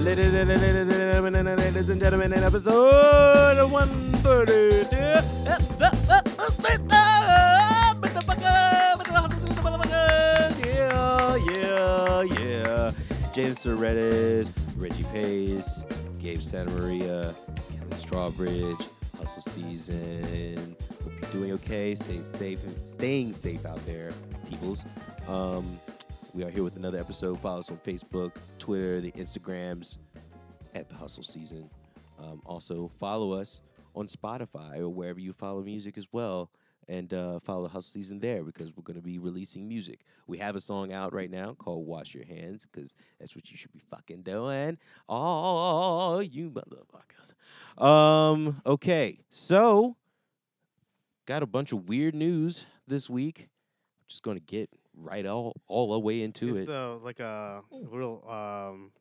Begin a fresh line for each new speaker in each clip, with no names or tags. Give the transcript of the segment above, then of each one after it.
Ladies and gentlemen, in episode 132. Yeah, yeah, yeah. James Serretis, Reggie Pace, Gabe Santamaria, Kevin Strawbridge, Hustle Season. Hope you're doing okay, staying safe, staying safe out there, peoples. Um, we are here with another episode. Follow us on Facebook, Twitter, the Instagrams at the Hustle Season. Um, also, follow us on Spotify or wherever you follow music as well, and uh, follow the Hustle Season there because we're going to be releasing music. We have a song out right now called "Wash Your Hands" because that's what you should be fucking doing. Oh, you motherfuckers. Um. Okay, so got a bunch of weird news this week. Just going to get right all all the way into
it's
it.
uh, like a real um,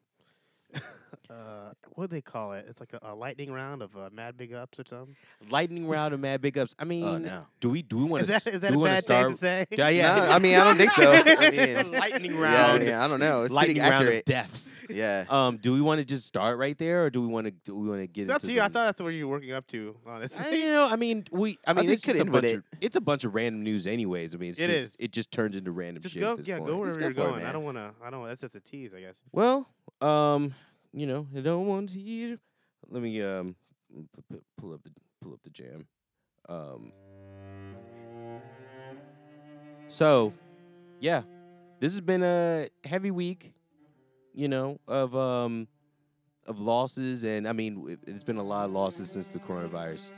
uh, what do they call it? It's like a, a lightning round of uh, mad big ups or something.
Lightning round and mad big ups. I mean,
Oh, no.
do we do we want
Is
to?
that is that
do
a
we wanna
bad
start?
thing to say?
Yeah, yeah.
No, I mean, I don't think so. I mean,
lightning
yeah,
round,
yeah, I don't know. It's
lightning
pretty
round of
accurate.
deaths.
yeah.
Um, do we want to just start right there, or do we want to do we want to get
It's
into?
up to you. I
some-
thought that's where you were working up to.
I-
Honestly,
you know, I mean, we. I mean,
think
it's
could
just a
end with
bunch.
it.
Of, it's a bunch of random news, anyways. I mean, it's
It
just,
is.
It just turns into random
just
shit.
go.
at this
Yeah,
point.
go wherever
go
you're
for it,
going. I
man.
don't want to. I don't. That's just a tease, I guess.
Well, um, you know, I don't want to eat. Let me um p- p- pull up the pull up the jam. Um. So, yeah, this has been a heavy week, you know, of um of losses, and I mean, it- it's been a lot of losses since the coronavirus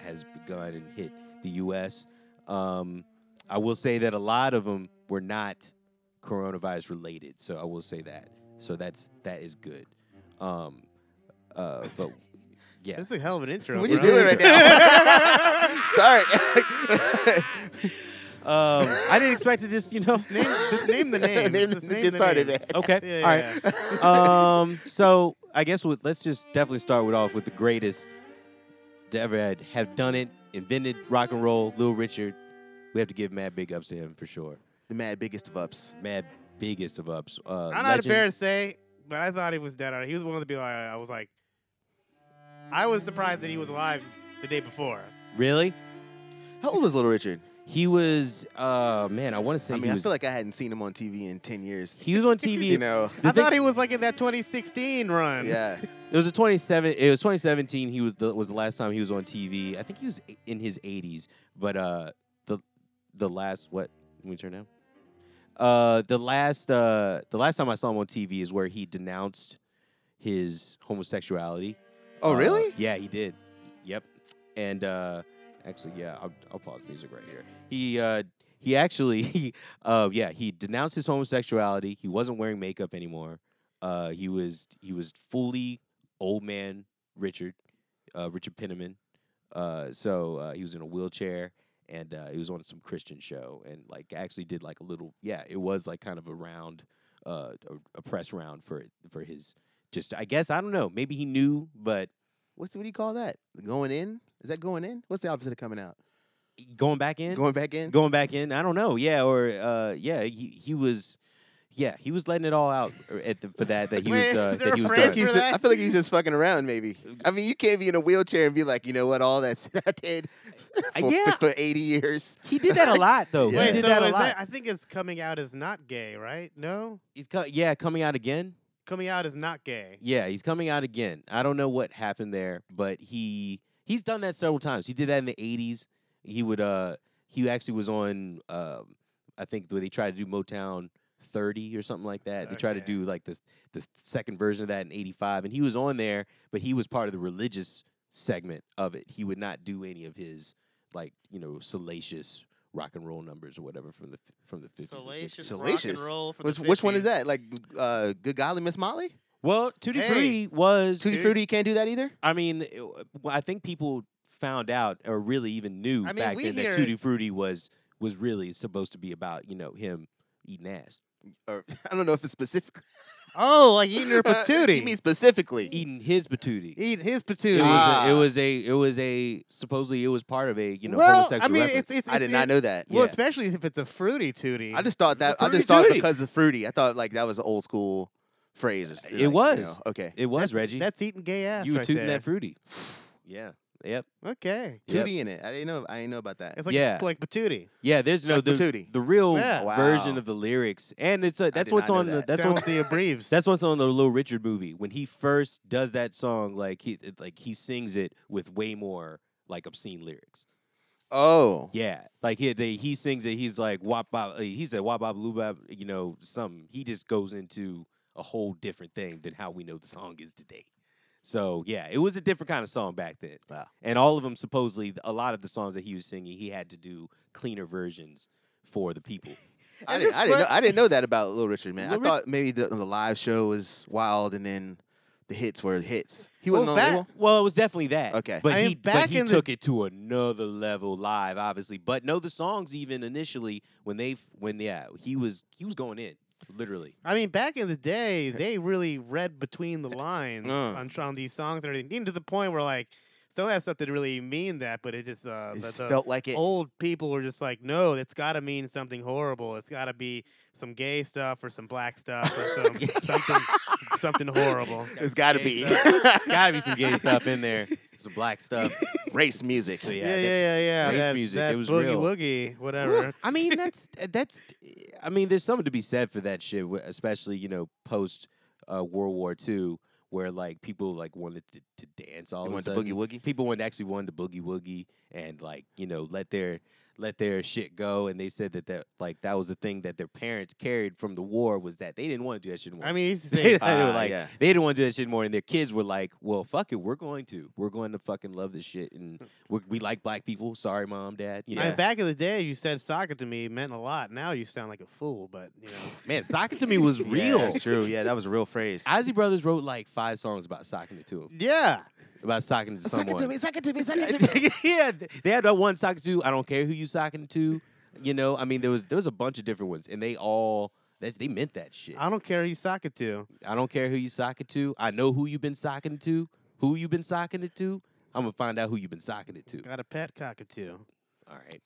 has begun and hit the U.S. Um, I will say that a lot of them were not coronavirus related, so I will say that. So that's that is good. Um, uh, but yeah,
That's a hell of an intro.
What are you
bro.
doing right now? Start.
um, I didn't expect to just you know.
Name, just name the names.
Name-
Just name
get
the
started,
names.
man.
Okay,
Yeah,
all right.
yeah,
um, so I guess we, let's just definitely start with off with the greatest to ever had, have done it, invented rock and roll, Lil Richard. We have to give mad big ups to him for sure.
The mad biggest of ups.
Mad biggest of ups. Uh,
I'm not embarrassed to say, but I thought he was dead. He was one of the people I, I was like, I was surprised that he was alive the day before.
Really?
How old was Little Richard?
He was. Uh, man, I want to say
I
he
mean,
was.
I feel like I hadn't seen him on TV in 10 years.
he was on TV.
You know,
The
I
thing-
thought he was like in that 2016 run.
yeah.
It was a 27. It was 2017. He was the was the last time he was on TV. I think he was in his 80s. But uh, the the last what? Let me turn down. Uh, the last uh the last time I saw him on TV is where he denounced his homosexuality.
Oh,
Uh,
really?
yeah, he did. Yep. And uh, actually, yeah, I'll, I'll pause music right here. He uh, he actually, he, uh, yeah, he denounced his homosexuality. He wasn't wearing makeup anymore. Uh, he was he was fully old man Richard, uh, Richard Penniman. Uh, so uh, he was in a wheelchair and uh, he was on some Christian show and like actually did like a little yeah it was like kind of a round uh, a, a press round for for his just I guess I don't know maybe he knew but
What's what do you call that? Going in? Is that going in? What's the opposite of coming out?
going back in
Going back in?
going back in I don't know yeah or uh, yeah he, he was yeah he was letting it all out er, at the, for that that he was
Wait,
uh,
is there
that
a
he was
I,
phrase
done.
think he's
for
just,
that?
I feel like he's just fucking around, maybe. I mean, you can't be in a wheelchair and be like, you know what, all that shit I did
Uh,
for,
yeah.
for 80 years.
he did that a lot though
Yeah.
Wait,
he did
so
that a
is
lot
that, I think it's coming out as not gay, right? No,
he's co- yeah coming out again
coming out as not gay.
Yeah, he's coming out again. I don't know what happened there, but he he's done that several times. He did that in the '80s. He would uh he actually was on uh, I think where they tried to do Motown 30 or something like that. They tried to
Okay.
do like this the second version of that in '85, and he was on there, but he was part of the religious segment of it. He would not do any of his like you know salacious rock and roll numbers or whatever from the f- from the 50s. and 60s.
rock and Salacious.
roll.
Which, which one is that? Like, uh, Good Golly Miss Molly?
Well, Tutti
Hey.
Frutti was
Tutti
Dude.
Frutti, you can't do that either?
I mean, it- well, I think people found out or really even knew
I mean,
back
we
then
hear
that
it-
Tutti Frutti was was really supposed to be about you know him eating ass,
Or, I don't know if it's specifically.
Oh, like eating your patootie.
you mean specifically?
eating his patootie.
Eat his
It
patootie.
was,
Ah.
a, it was a it was a supposedly it was part of a you know
well,
homosexual
I mean,
reference.
it's, it's,
I did
it's-
not know that.
Well,
yeah.
especially if it's a fruity tootie.
I just thought that. I
Fruity
just thought
Tooty.
because of fruity. I thought like that was old school phrase. Or, s-
It
like, you
was.
know, okay.
It was
that's,
Reggie.
That's eating gay ass.
you were
right
tooting
there.
that fruity. yeah. Yep.
Okay.
Yep.
Tootie in it. I didn't know. I didn't know about that.
It's like
Yeah.
like patootie.
Yeah. There's no
Like
the,
Patootie.
the real
Yeah.
Wow.
version of the lyrics, and it's a, that's
did
what's
not know
on the
that.
that's
Down
what
with the abreves.
That's what's on the Little Richard movie. When he first does that song, like he it- like he sings it with way more like obscene lyrics.
oh,
Yeah, like he they, he sings it. He's like wop bop. uh, He said wop bop loobab. You know, something. He just goes into a whole different thing than how we know the song is today. So yeah, it was a different kind of song back then.
Wow.
And all of them supposedly, a lot of the songs that he was singing, he had to do cleaner versions for the people.
I
And
didn't.
this
I didn't know.
fun-
I didn't know that about Little Richard, man.
Little
I
Ri-
thought maybe the, the live show was wild, and then the hits were hits. He wasn't
Well,
on
back-
label?
Well, it was definitely that.
Okay.
but
I mean,
he
back
but he
in the-
took it to another level live, obviously. But no, the songs even initially when they when yeah he was he was going in literally.
I mean, back in the day, they really read between the lines
Mm.
on, on these songs and everything, even to the point where like some of that stuff didn't really mean that, but it just uh,
It
the-
just
the
felt like it.
old people were just like, no, that's got to mean something horrible. It's got to be some gay stuff or some black stuff or some something something horrible.
It's got to
Gay
be
stuff. Gotta be some gay stuff in there, some black stuff.
race music.
So,
Yeah,
yeah,
yeah,
that-
yeah, yeah.
race
that,
music,
that
it was
boogie
real.
woogie, whatever.
Well, I mean, that's that's. I mean, there's something to be said for that shit, wh- especially you know post uh, World War II, where like people like wanted to, to dance all
You
of a
want the
sudden.
boogie woogie?
people wanted actually wanted to boogie woogie and like you know let their let their shit go, and they said that that like that was the thing that their parents carried from the war was that they didn't want to do that shit. Anymore.
I mean, he used to
they,
say, uh,
they were
Ah,
like
yeah.
they didn't want to do that shit anymore, and their kids were like, "Well, fuck it, we're going to, we're going to fucking love this shit, and we're, we like black people. Sorry, mom, dad. You know?
I mean, back in the day, you said soccer to me meant a lot. Now you sound like a fool, but you know.
Man, soccer to me was real.
Yeah, that's true. Yeah, that was a real phrase.
Ozzy Brothers wrote like five songs about socking it to him,
Yeah,
about socking it to someone.
suck it to me, suck
yeah, th- they had that one socking to. I don't care who you socking it to. You know, I mean, there was there was a bunch of different ones, and they all that they meant that shit.
I don't care who you sock it to.
I don't care who you socking to. I know who you've been socking it to. Who you've been socking it to. I'm gonna find out who you've been socking it to.
Got a pet cockatoo.
All right.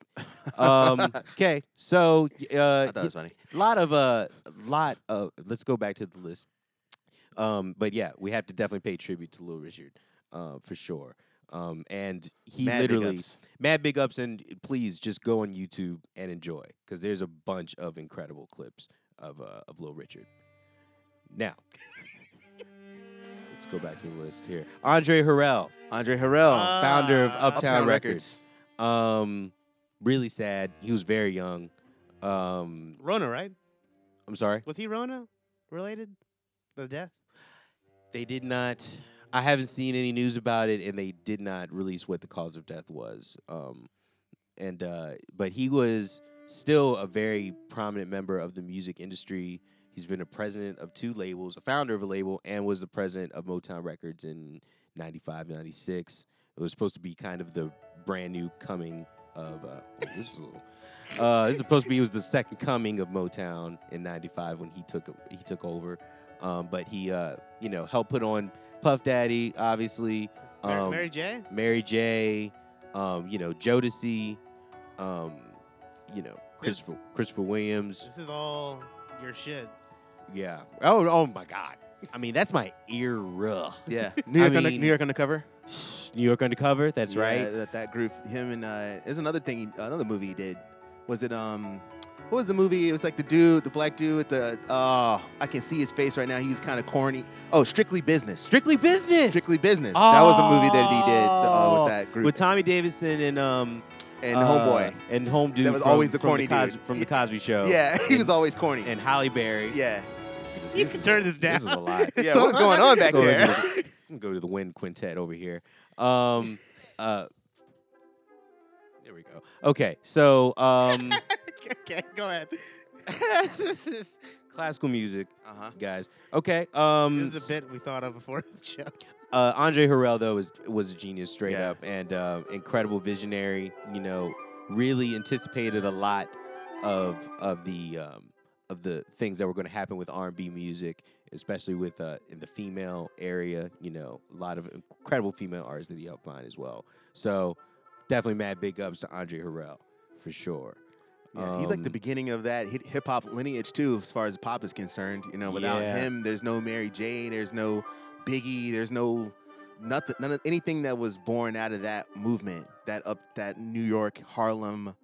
Um, Okay. so uh,
I thought it was funny.
a lot of uh, lot of let's go back to the list um but yeah we have to definitely pay tribute to Lil Richard uh for sure um and he
Mad big
literally
ups.
mad big ups and eh, please just go on YouTube and enjoy cuz there's a bunch of incredible clips of uh, of Lil Richard now let's go back to the list here Andre Harrell
Andre Harrell,
Uh,
founder of
Ah.
Uptown,
Uptown
Records.
Records.
um really sad he was very young um
Rona, right?
I'm sorry
Was he Rona related? The death?
They did not. I haven't seen any news about it, and they did not release what the cause of death was. Um, and uh, but he was still a very prominent member of the music industry. He's been a president of two labels, a founder of a label, and was the president of Motown Records in 95, 96. It was supposed to be kind of the brand new coming of. Uh, oh, this is a little. Uh, this is supposed to be was the second coming of Motown in '95 when he took he took over, um, but he uh, you know helped put on Puff Daddy, obviously,
Mary,
um,
Mary J?
Mary J, um, you know Jodeci, um, you know Christopher Christopher Williams,
This is all your shit.
yeah. Oh, oh my God! I mean, that's my era.
Yeah, New York, under,
mean-
New York undercover.
New York Undercover, that's
Yeah,
right.
That, that group, him and uh, there's another thing, he- another movie he did. Was it um, what was the movie? It was like the dude, the black dude with the oh, I can see his face right now. He was kind of corny. Oh, Strictly Business.
Strictly Business.
Strictly Business. That was a movie that he did uh,
Oh,
with that group
with Tommy Davidson and um
and
uh,
Homeboy.
and Home Dude.
That was
from-
always the
from
corny
Cos-
dude.
from the
Yeah.
Cosby Show.
Yeah, he
Oh. and-
was always corny.
and Halle Berry.
yeah,
This
You
is-
can turn this down.
This is a lot.
yeah. What was going on back
Go to
there?
the- I'm gonna go to the wind quintet over here. Um, uh, there we go. Okay, so um,
okay, go ahead.
this is classical music,
Uh huh.
guys. Okay. Um,
This is a bit we thought of before the show.
uh, Andre Harrell though is was a genius straight
Yeah.
up and uh, incredible visionary. You know, really anticipated a lot of of the um, of the things that were going to happen with R and B music, especially with uh, in the female area. You know, a lot of incredible female artists that he helped find as well. So definitely mad big ups to Andre Harrell for sure.
Yeah, he's like the
Um,
beginning of that hip hop lineage too, as far as pop is concerned. You know, without
Yeah.
him, there's no Mary J, there's no Biggie, there's no nothing, none of anything that was born out of that movement, that up, that New York, Harlem,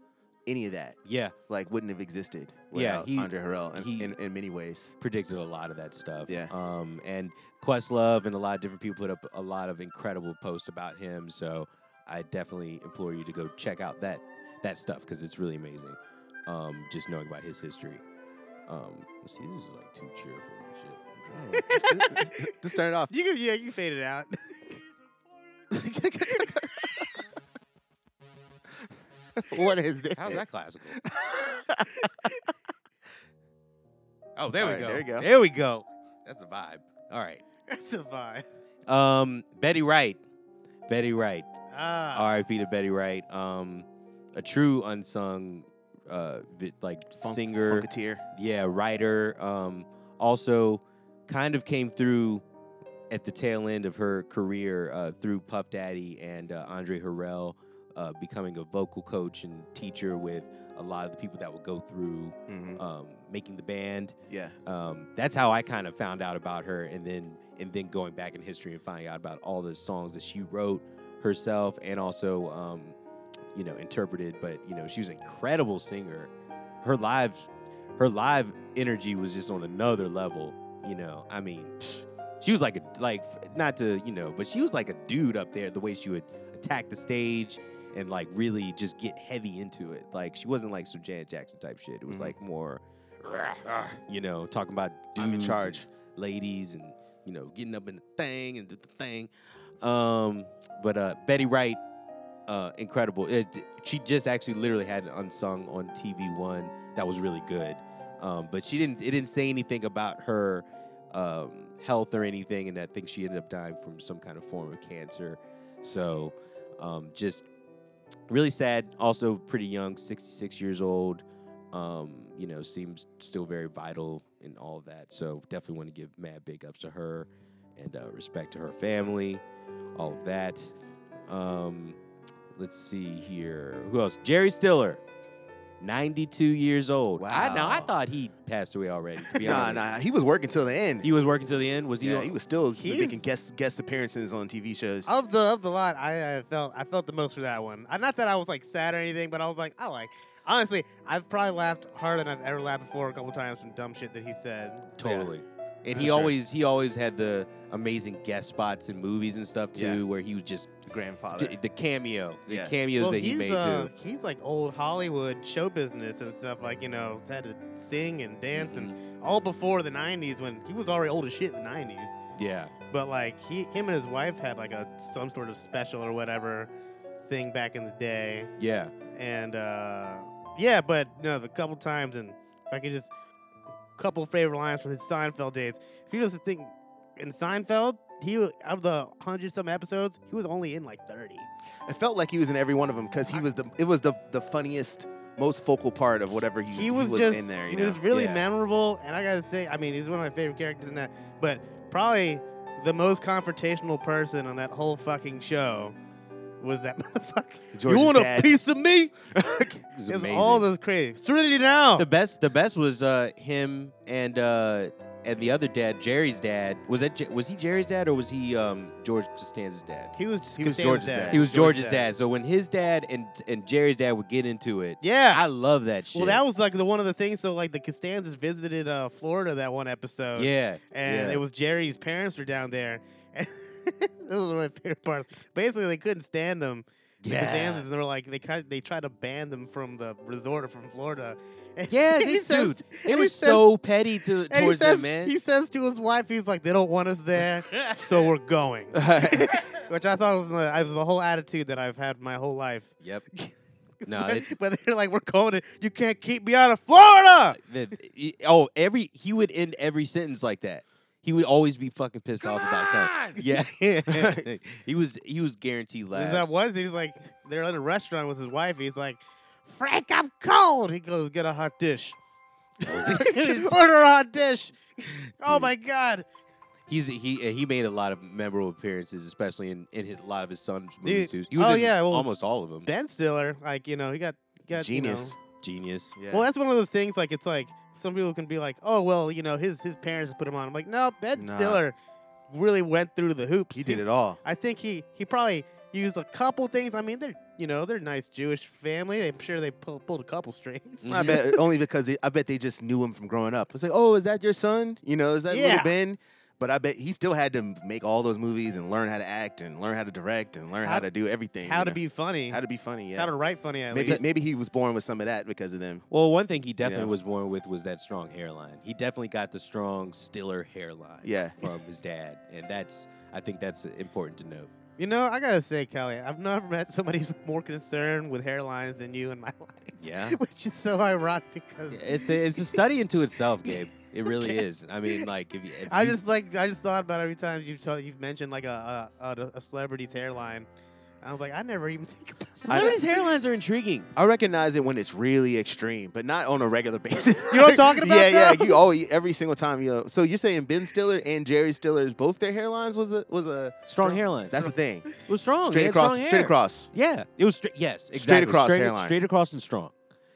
any of that,
Yeah,
like wouldn't have existed
Yeah,
without
he-
Andre Harrell in,
he-
in, in many ways.
predicted a lot of that stuff.
Yeah.
Um, and Questlove and a lot of different people put up a lot of incredible posts about him. So I definitely implore you to go check out that that stuff because it's really amazing. Um, just knowing about his history. Um, see, this is like too cheerful and shit. I'm trying to-
to start it off,
You can, yeah, you can fade it out.
what is this?
How's that classical? oh, there
All
we
right,
go.
there you go.
There we go. That's the vibe. All right.
That's a vibe.
Um, Betty Wright. Betty Wright.
Ah,
R.I.P. to Betty Wright. Um, a true unsung, uh, vi- like
Funk-
singer.
Funketeer.
yeah, writer. Um, also, kind of came through at the tail end of her career uh, through Puff Daddy and uh, Andre Harrell, uh, becoming a vocal coach and teacher with a lot of the people that would go through
hmm
um, making the band.
Yeah.
Um, that's how I kind of found out about her, and then and then going back in history and finding out about all the songs that she wrote herself and also um, you know interpreted. But you know she was an incredible singer. Her live her live energy was just on another level. You know, I mean, she was like a like not to you know, but she was like a dude up there. The way she would attack the stage and like really just get heavy into it. Like she wasn't like some Janet Jackson type shit. It was
Mhm.
like more you know, talking about dudes,
I'm in
and
charge.
ladies, and you know, getting up in the thing and the thing. Um, but uh, Betty Wright, uh, incredible. It, she just actually literally had an unsung on TV One that was really good. Um, but she didn't. It didn't say anything about her um, health or anything, and I think she ended up dying from some kind of form of cancer. So, um, just really sad. Also, pretty young, 66 years old. Um, you know, seems still very vital in all of that. So, definitely want to give mad big ups to her and uh, respect to her family, all of that. Um, let's see here. Who else? Jerry Stiller. 92 years old. I now I
Wow.
thought he passed away already. To be
Nah,
honest.
nah. He was working till the end.
He was working till the end. Was he?
yeah,
on-
he was still
He's-
making guest guest appearances on TV shows.
of the of the lot, I, I felt I felt the most for that one. I, not that I was like sad or anything, but I was like, I like. Honestly, I've probably laughed harder than I've ever laughed before a couple times from dumb shit that he said.
Totally. And
For
he
sure.
always he always had the amazing guest spots in movies and stuff too,
Yeah.
where he was just
grandfather.
d- the cameo, the
Yeah.
cameos
Well,
that he
he's
made
uh,
too.
he's like old Hollywood show business and stuff. Like you know, had to sing and dance and all before the '90s when he was already old as shit in the '90s.
Yeah,
But like he, him and his wife had like a some sort of special or whatever thing back in the day,
yeah.
and uh, yeah. But you know, the couple times, and if I could just couple favorite lines from his Seinfeld days. If you just think in Seinfeld, he wa- out of the hundred some episodes, he was only in like thirty.
it felt like he was in every one of them because he was the it was the the funniest, most focal part of whatever he,
He was, just
in there. You
he
know,
was really
Yeah.
memorable, and I gotta say, I mean, he's one of my favorite characters in that. But probably the most confrontational person on that whole fucking show was that motherfucker.
George's
you want a
dad.
piece of me?
This is
It was
amazing.
all those crazy. Serenity now.
the best, the best was uh, him and uh, and the other dad, Jerry's dad. Was that J- was he Jerry's dad or was he um, George Costanza's dad?
he was just
He was
Costanza's
George's dad.
He was George's dad. So when his dad and and Jerry's dad would get into it,
Yeah.
Ah,
I love that shit.
well, that was like the one of the things. So like the Costanzas visited uh, Florida that one episode.
yeah,
And
yeah.
it was Jerry's parents were down there. And this was one of my favorite parts. Basically, they couldn't stand him. The
Yeah.
Costanzas, and they were like they kind of, they tried to ban them from the resort or from Florida. And
Yeah,
he
they,
says-
dude,
and he
it was
says-
so petty to,
And he
towards
says,
them, man.
he says to his wife, he's like, they don't want us there, so we're going. Which I thought was the, was the whole attitude that I've had my whole life.
Yep. No,
but,
it's
but they're like, we're going to, you can't keep me out of Florida.
the, he- oh every he would end every sentence like that. He would always be fucking pissed off about something. Yeah, he was he was guaranteed laughs.
Is that was he's like, they're at a restaurant with his wife. He's like, Frank, I'm cold. He goes, get a hot dish. Order a hot dish. Oh my God.
He's he he made a lot of memorable appearances, especially in, in his a lot of his son's
Dude,
movies too. He was
oh,
in
yeah, well,
almost all of them.
Ben Stiller, like, you know, he got, he got you
Genius.
know,
Genius.
Yeah.
Well, that's one of those things. Like it's like some people can be like, "Oh, well, you know, his his parents put him on." I'm like, no, Ben
Nah.
Stiller really went through the hoops.
he did it all.
I think he he probably used a couple things. I mean, they're you know they're a nice Jewish family. I'm sure they pull, pulled a couple strings.
Mm.
I bet only because they, I bet they just knew him from growing up. It's like, oh, is that your son? You know, is that
Yeah.
little Ben? But I bet he still had to make all those movies and learn how to act and learn how to direct and learn how,
How-
to do everything.
How
you
to
know?
be funny.
how to be funny. Yeah,
How to write funny at
maybe
least.
maybe he was born with some of that because of them.
Well, one thing he definitely
Yeah.
was born with was that strong hairline. He definitely got the strong Stiller hairline
Yeah,
from his dad, and that's I think that's important to note.
You know, I gotta say, Kelly, I've never met somebody who's more concerned with hairlines than you in my life,
Yeah.
which is so ironic because
It's a, it's a study into itself, Gabe. It really
Okay.
is. I mean, like if, you, if
I
you-
just like I just thought about every time you tell, you've mentioned like a a, a a celebrity's hairline. I was like, I never even think about that.
celebrities' hairlines are intriguing.
I recognize it when it's really extreme, but not on a regular basis.
You know what I'm talking about,
Yeah,
though?
yeah. You always every single time you. So you're saying Ben Stiller and Jerry Stiller's both their hairlines was a was a.
Strong hairline.
That's the thing.
it was Oh, strong. They
Straight
had
across.
strong
Straight
hair.
across.
Yeah, it was straight. Yes, exactly.
across
straight,
hairline.
straight across and strong,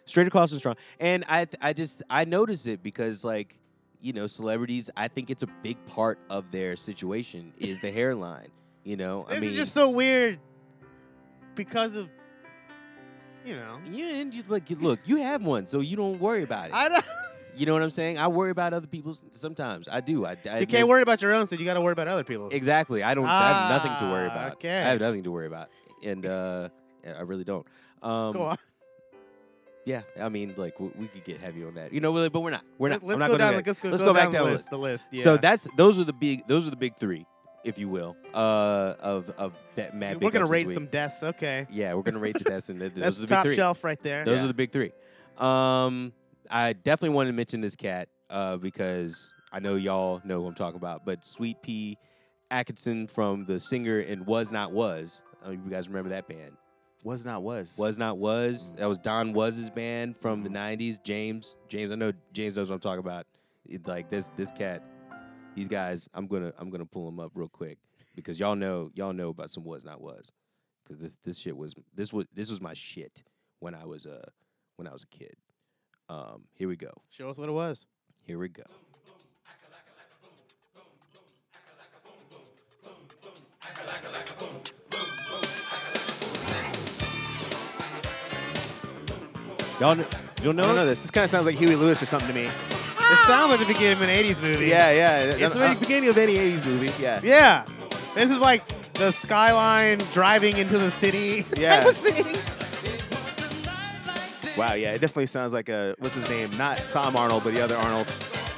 straight across and strong. And I, th- I just, I noticed it because, like, you know, celebrities. I think it's a big part of their situation is the hairline. You know, I
This
mean,
is just so weird because of you know.
you and you look, look, you have one, so you don't worry about it.
I don't,
you know what I'm saying? I worry about other people's sometimes. I do. I, I
you can't
there's-
worry about your own, so you got to worry about other people.
Exactly. I don't. I have nothing to worry
Ah,
about.
okay.
I have nothing to worry about, and uh, I really don't. Um,
Go on.
Yeah, I mean, like we, we could get heavy on that, you know. But we're not. We're not.
Let- Let's
I'm not
go
gonna
down.
do that.
Let's go,
Let's
go
go back
down the
down the
list. The list. Yeah.
So that's those are the big those are the big three, if you will, uh, of of that mad.
we're
Big
gonna
Ups this
rate
week.
some deaths. Okay.
Yeah, we're gonna rate the deaths, and th-
That's
those are the
top
big three.
shelf right there.
Those
Yeah.
are the big three. Um, I definitely want to mention this cat uh, because I know y'all know who I'm talking about, but Sweet Pea Atkinson from the singer and Was Not Was. I don't know if you guys remember that band.
Was not was.
Was Not Was.
Mm.
That was Don Was's band from
Mhm.
the '90s. James, James, I know James knows what I'm talking about. It- like this, this cat, these guys. I'm gonna, I'm gonna pull them up real quick because y'all know, y'all know about some Was Not Was, because this, this shit was, this was, this was my shit when I was uh when I was a kid. Um, here we go.
Show us what it was.
Here we go. Y'all, kn- you don't know?
I don't know
it?
this. This kind of sounds like Huey Lewis or something to me.
It sounds like the beginning of an '80s movie.
Yeah, yeah. that-
It's the
that-
very beginning of any '80s movie.
yeah.
Yeah. This is like the skyline driving into the city.
Yeah.
Type of thing.
Wow, yeah, it definitely sounds like a what's his name? Not Tom Arnold, but the other Arnold.
That's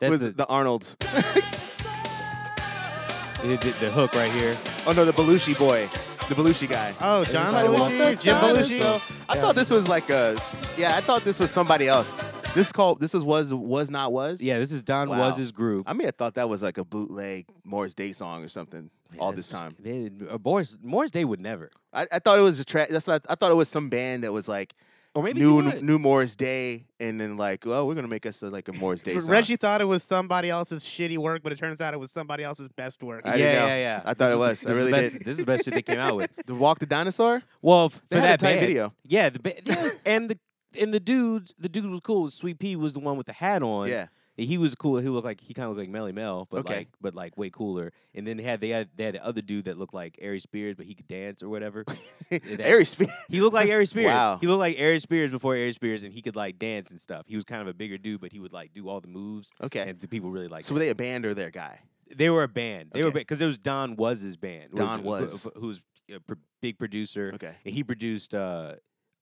was
the-
the, Arnold?
It- it- the hook right here.
Oh no, the Belushi boy, the Belushi guy.
Oh, John
Everybody wants
Belushi,
that
Jim
dinosaur.
Belushi.
I thought this was like a, yeah, I thought this was somebody else. This called this was was was not was.
Yeah, this is Don
Wow.
Was's group.
I may have thought that was like a bootleg Morris Day song or something. all this time,
They, uh, Morris, Morris Day would never.
I, I thought it was a track. That's what I, I thought it was some band that was like
Or maybe he
new
would.
new Morris Day, and then like, well, we're gonna make us a, like a Morris Day song.
Reggie thought it was somebody else's shitty work, but it turns out it was somebody else's best work.
yeah,
I didn't know.
yeah, yeah.
I thought it was.
This
I
is the
really
best-
did.
This is the best shit they came out with.
the Walk the Dinosaur.
Well, f-
They
for
had a
that
tight
band.
video.
Yeah, the ba- yeah, and the and the dude, the dude was cool. Sweet P was the one with the hat on.
Yeah.
he was cool. He looked like he kind of looked like Melly Mel, but
Okay.
like but like way cooler. And then they had they had they had the other dude that looked like Ari Spears, but he could dance or whatever. that-
Ari Spears.
He looked like Ari Spears.
Wow.
He looked like Ari Spears before Ari Spears, and he could like dance and stuff. He was kind of a bigger dude, but he would like do all the moves.
Okay.
And the people really liked.
So
So
were they a band or their guy?
they were a band. They were
Okay.
because it was Don Was's band. who
Don Was.
who, who was a pr- big producer.
Okay.
And he produced uh,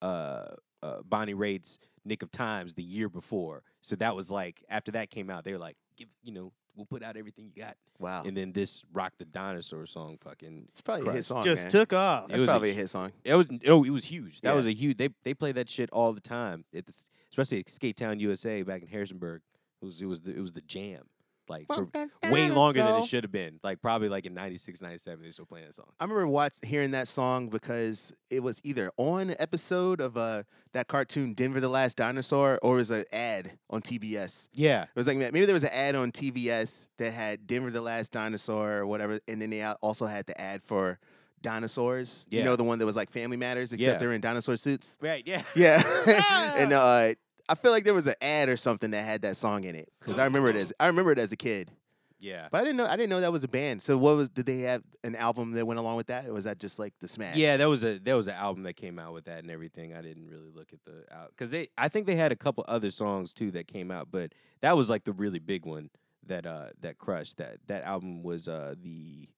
uh, uh, Bonnie Raitt's "Nick of Times" the year before. So that was like after that came out, they were like, give, you know, we'll put out everything you got.
Wow.
And then this "Rock the Dinosaur" song, fucking
It's probably a hit
Christ.
song.
Just
man.
took off.
It
That's
was a
probably a
hu-
hit song.
It was oh, it was huge. That
Yeah.
was a huge. They they play that shit all the time. It's especially at Skate Town USA back in Harrisonburg. It was it was the, it was the jam. Like for way longer than it should have been. Like probably like in 96, 97, they're still playing that song.
I remember watch, hearing that song because it was either on an episode of uh, that cartoon Denver the Last Dinosaur or it was an ad on TBS.
Yeah,
It was like maybe there was an ad on TBS that had Denver the Last Dinosaur or whatever, and then they al- also had the ad for dinosaurs. You
Yeah.
know the one that was like Family Matters, except
Yeah.
they're in dinosaur suits.
Right, yeah.
Yeah, and
Ah!
uh, I feel like there was an ad or something that had that song in it because I remember it as I remember it as a kid,
Yeah.
but I didn't know I didn't know that was a band. So what was did they have an album that went along with that, or was that just like the smash?
Yeah, that was a that was an album that came out with that and everything. I didn't really look at the out because they I think they had a couple other songs too that came out, but that was like the really big one that uh that crushed. That that album was uh the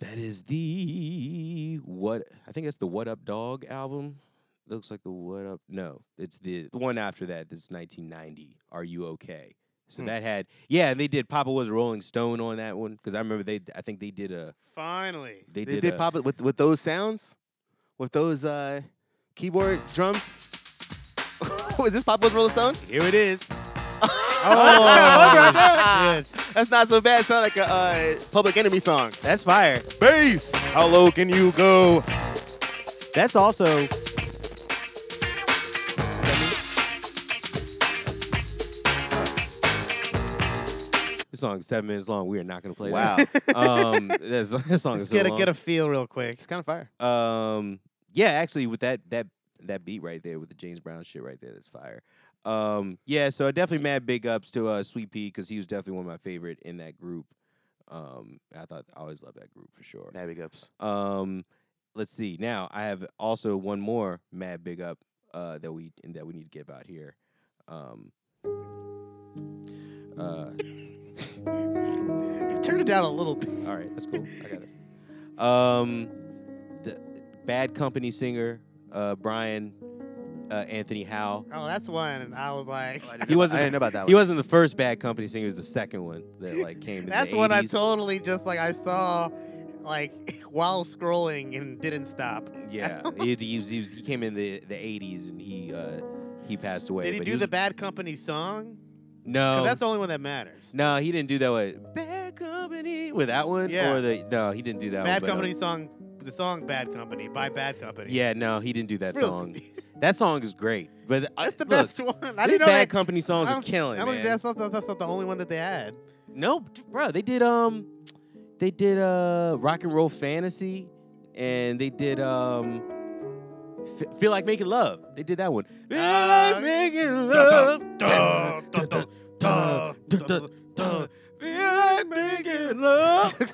that is the what I think that's the What Up Dog album. Looks like the What Up No, it's the the one after that. That's 1990. Are you okay? So
Hmm.
that had yeah, they did Papa was a Rolling Stone on that one because I remember they I think they did a
Finally.
they,
they did,
a,
pop it with with those sounds, with those uh, keyboard drums. Was this Pop Goes Rolling Stone?
Here it is.
Oh, shit.
That's not so bad. Sound like a uh, Public Enemy song.
That's fire.
Bass, how low can you go?
That's also this song is seven minutes long. We are not going to play
Wow,
that. um, this, this song is
Let's
so
get a,
long.
get a feel real quick.
it's kind of fire.
Um, yeah, actually, with that that that beat right there with the James Brown shit right there, that's fire. Um, yeah, so definitely mad big ups to uh, Sweet Pea because he was definitely one of my favorite in that group. Um, I thought I always loved that group for sure.
Mad big ups.
Um, let's see. Now I have also one more mad big up uh, that we that we need to give out here. Um, uh,
Turn it down a little bit.
all right, that's cool. I got it. Um, the Bad Company singer uh, Brian uh, Anthony Howe.
Oh, that's one. And I was like,
He wasn't.
I didn't know about that
He
one.
wasn't the first Bad Company singer. He was the second one that like came. in
that's
the
one I
80s.
totally just like I saw, like while scrolling and didn't stop.
Yeah, he, he, was, he, was, he came in the the '80s and he uh, he passed away.
Did he
but
do
was-
the Bad Company song?
No,
Because that's the only one that matters.
No, he didn't do that with Bad Company with that one.
Yeah.
Or the no, he didn't do that.
Bad
one, but, um,
Company song, the song Bad Company by Bad Company.
Yeah, no, he didn't do that
It's real
song.
confusing.
That song is great, but uh,
That's the
look,
best one. I
these
didn't know
Bad
that.
Company songs
I
are
don't-
killing,
I don't
man.
think that's not, that's not the only one that they had.
no, bro, they did um, they did uh, rock and roll fantasy, and they did um, F- feel like making love. They did that one. Feel
Uh,
like making
duh,
love.
duh, duh, duh,
Duh, duh, duh, duh. Feel like making love.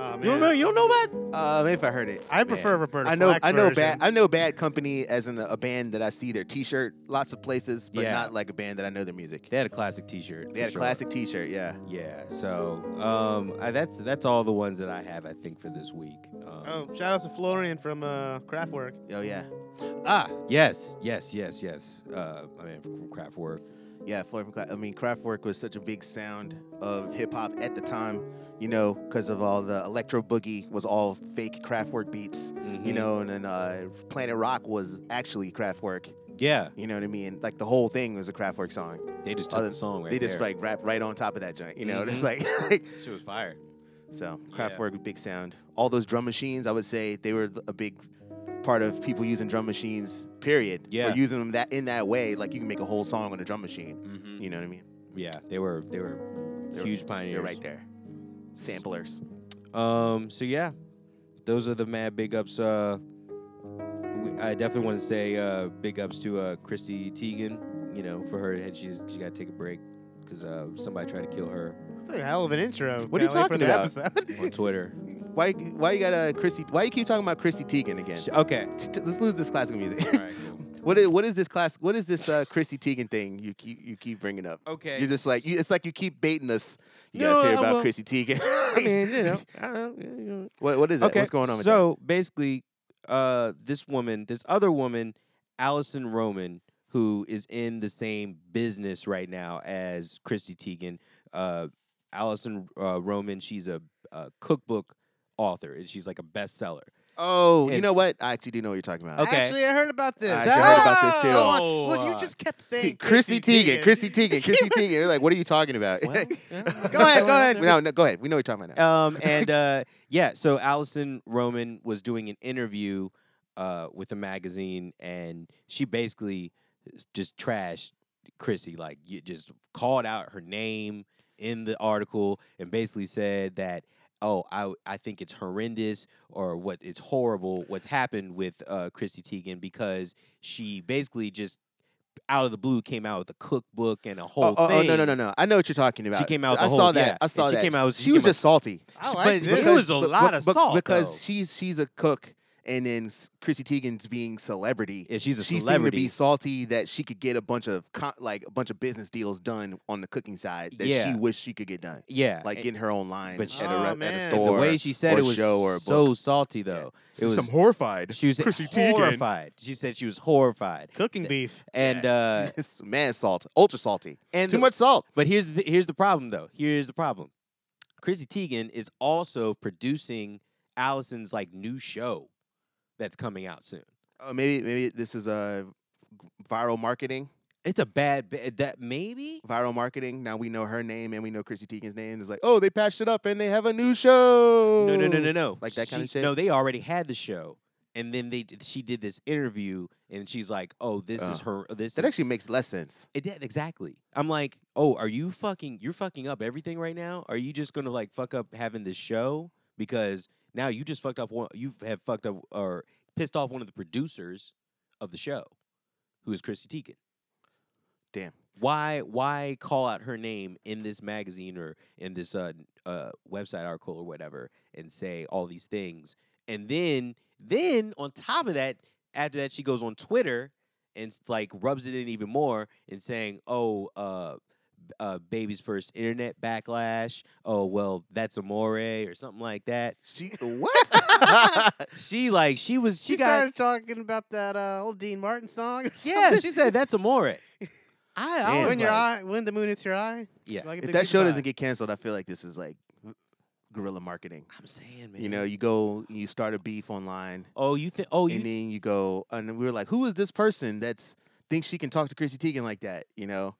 Oh, man.
You don't remember? You don't know about
Uh, maybe if I heard it.
I prefer Roberta
I know.
Flack's
I know.
version.
Bad. I know. Bad Company as in a, a band that I see their T-shirt lots of places, but
Yeah.
not like a band that I know their music.
They had a classic T-shirt.
They had a
for sure.
classic T-shirt. Yeah.
Yeah. So um, I, that's that's all the ones that I have. I think for this week. Um,
Oh, shout out to Florian from uh, Kraftwerk.
Oh yeah.
Ah. Yes. Yes. Yes. Yes. Uh, I mean, from Kraftwerk.
Yeah, Floyd from Cla- I mean, Kraftwerk was such a big sound of hip hop at the time, you know, because of all the electro boogie was all fake Kraftwerk beats, you
Mhm.
know, and then uh, Planet Rock was actually Kraftwerk,
Yeah.
you know what I mean? Like the whole thing was a Kraftwerk song.
Oh, They just took
Other-
the song right
they just
there. Mm-hmm.
like rap right on top of that joint, you know. It's like
She was fire.
so
Yeah.
Kraftwerk, big sound. All those drum machines, I would say they were a big part of people using drum machines. Period.
Yeah.
or using them that in that way, like you can make a whole song on a drum machine.
Mhm.
You know what I mean?
Yeah. They were. They were.
They were-
huge pioneers.
You're right there. Samplers.
Um, so yeah, those are the mad big ups. Uh, we, I definitely want to say uh, big ups to uh, Christy Teigen. You know, for her head, she's she got to take a break because uh, somebody tried to kill her
That's a hell of an intro.
What are you
Can't wait for
talking
the
about?
episode.
on Twitter.
Why? Why you got a Chrissy? Why you keep talking about Chrissy Teigen again?
She- okay.
T- Let's lose this classical music.
All right. Cool.
what is what is this class? What is this uh, Chrissy Teigen thing you keep you keep bringing up?
Okay.
You're just like you, it's like you keep baiting us. You
No,
guys hear
I
about
will-
Chrissy Teigen?
I mean, you know. I don't- you know.
what what is that?
Okay.
What's going on? With
so basically, uh, this woman, this other woman, Allison Roman, who is in the same business right now as Christy Teigen. Uh, Allison uh, Roman, she's a, a cookbook author, and she's like a bestseller.
that? Oh, you
it's-
know what? I actually do know what you're talking about.
Okay.
Actually, I heard about this.
I actually heard about this, too.
Go on. Look, you just kept saying
Chrissy Teigen, Chrissy Teigen, Chrissy Teigen. You're like, what are you talking about?
Well,
Go ahead, go ahead.
No, no, go ahead. We know what you're talking about now.
Um, and uh, yeah, so Allison Roman was doing an interview uh, with a magazine, and she basically s- just trashed Chrissy, like you just called out her name in the article, and basically said that oh, I I think it's horrendous or what it's horrible what's happened with uh, Chrissy Teigen because she basically just out of the blue came out with a cookbook and a whole
Oh, oh, oh,
thing.
no, no, no, no! I know what you're talking about.
came out with
I
the
saw
whole-
that.
yeah,
I saw
and she
that.
came out with- she
she was
came out-
just salty.
Oh, I like
but
this.
it was a
But-
lot
but-
of
but-
salt
because
though.
she's she's a cook, and then s- Chrissy Teigen's being celebrity.
Yeah, she's a
she
celebrity.
seemed to be salty that she could get a bunch of co- like a bunch of business deals done on the cooking side that
Yeah.
she wished she could get done,
yeah,
like
and-
getting her own line
but
at,
she-
a, re-
Oh,
at a
man.
and the
store.
way she said
or
it was
show or a
so
book.
salty though. It was
horrified.
she was
Chrissy Teigen.
horrified. She said she was horrified.
Cooking beef.
And uh,
It's mad salt, ultra salty,
and
too
the-
much salt.
But here's the here's the problem though. Here's the problem. Chrissy Teigen is also producing Allison's like new show that's coming out soon.
Oh, maybe maybe this is a viral marketing.
It's a bad ba- that maybe
Viral marketing. Now we know her name and we know Chrissy Teigen's name. It's like, oh, they patched it up and they have a new show.
no no no no no
Oh. Like that kinda
She-
shit?
No, they already had the show, and then they did- she did this interview, and she's like, "Oh, this is
Uh,
her. This
That
is
actually makes less sense.
It did exactly. I'm like, oh, are you fucking? You're fucking up everything right now. Are you just gonna like fuck up having this show because now you just fucked up one. You have fucked up or pissed off one of the producers of the show, who is Chrissy Teigen.
Damn.
Why? Why call out her name in this magazine or in this uh, n- uh, website article or whatever and say all these things? And then, then on top of that, after that, she goes on Twitter and s- like rubs it in even more and saying, "Oh, uh, b- uh, baby's first internet backlash. Oh, well, that's amore or something like that."
She what?
She like she was she,
She
got
started talking about that uh, old Dean Martin song. Or
yeah.
something.
She said that's amore. I, I
Damn.
was
when your
like-
eye, when the moon hits your eye.
Yeah.
Like a
if
big
that
big
show
pie.
doesn't get canceled, I feel like this is like guerrilla marketing.
I'm saying, man.
You know, you go, you start a beef online,
Oh, you think? Oh, you
and then you go, and we were like, who is this person that's thinks she can talk to Chrissy Teigen like that? You know,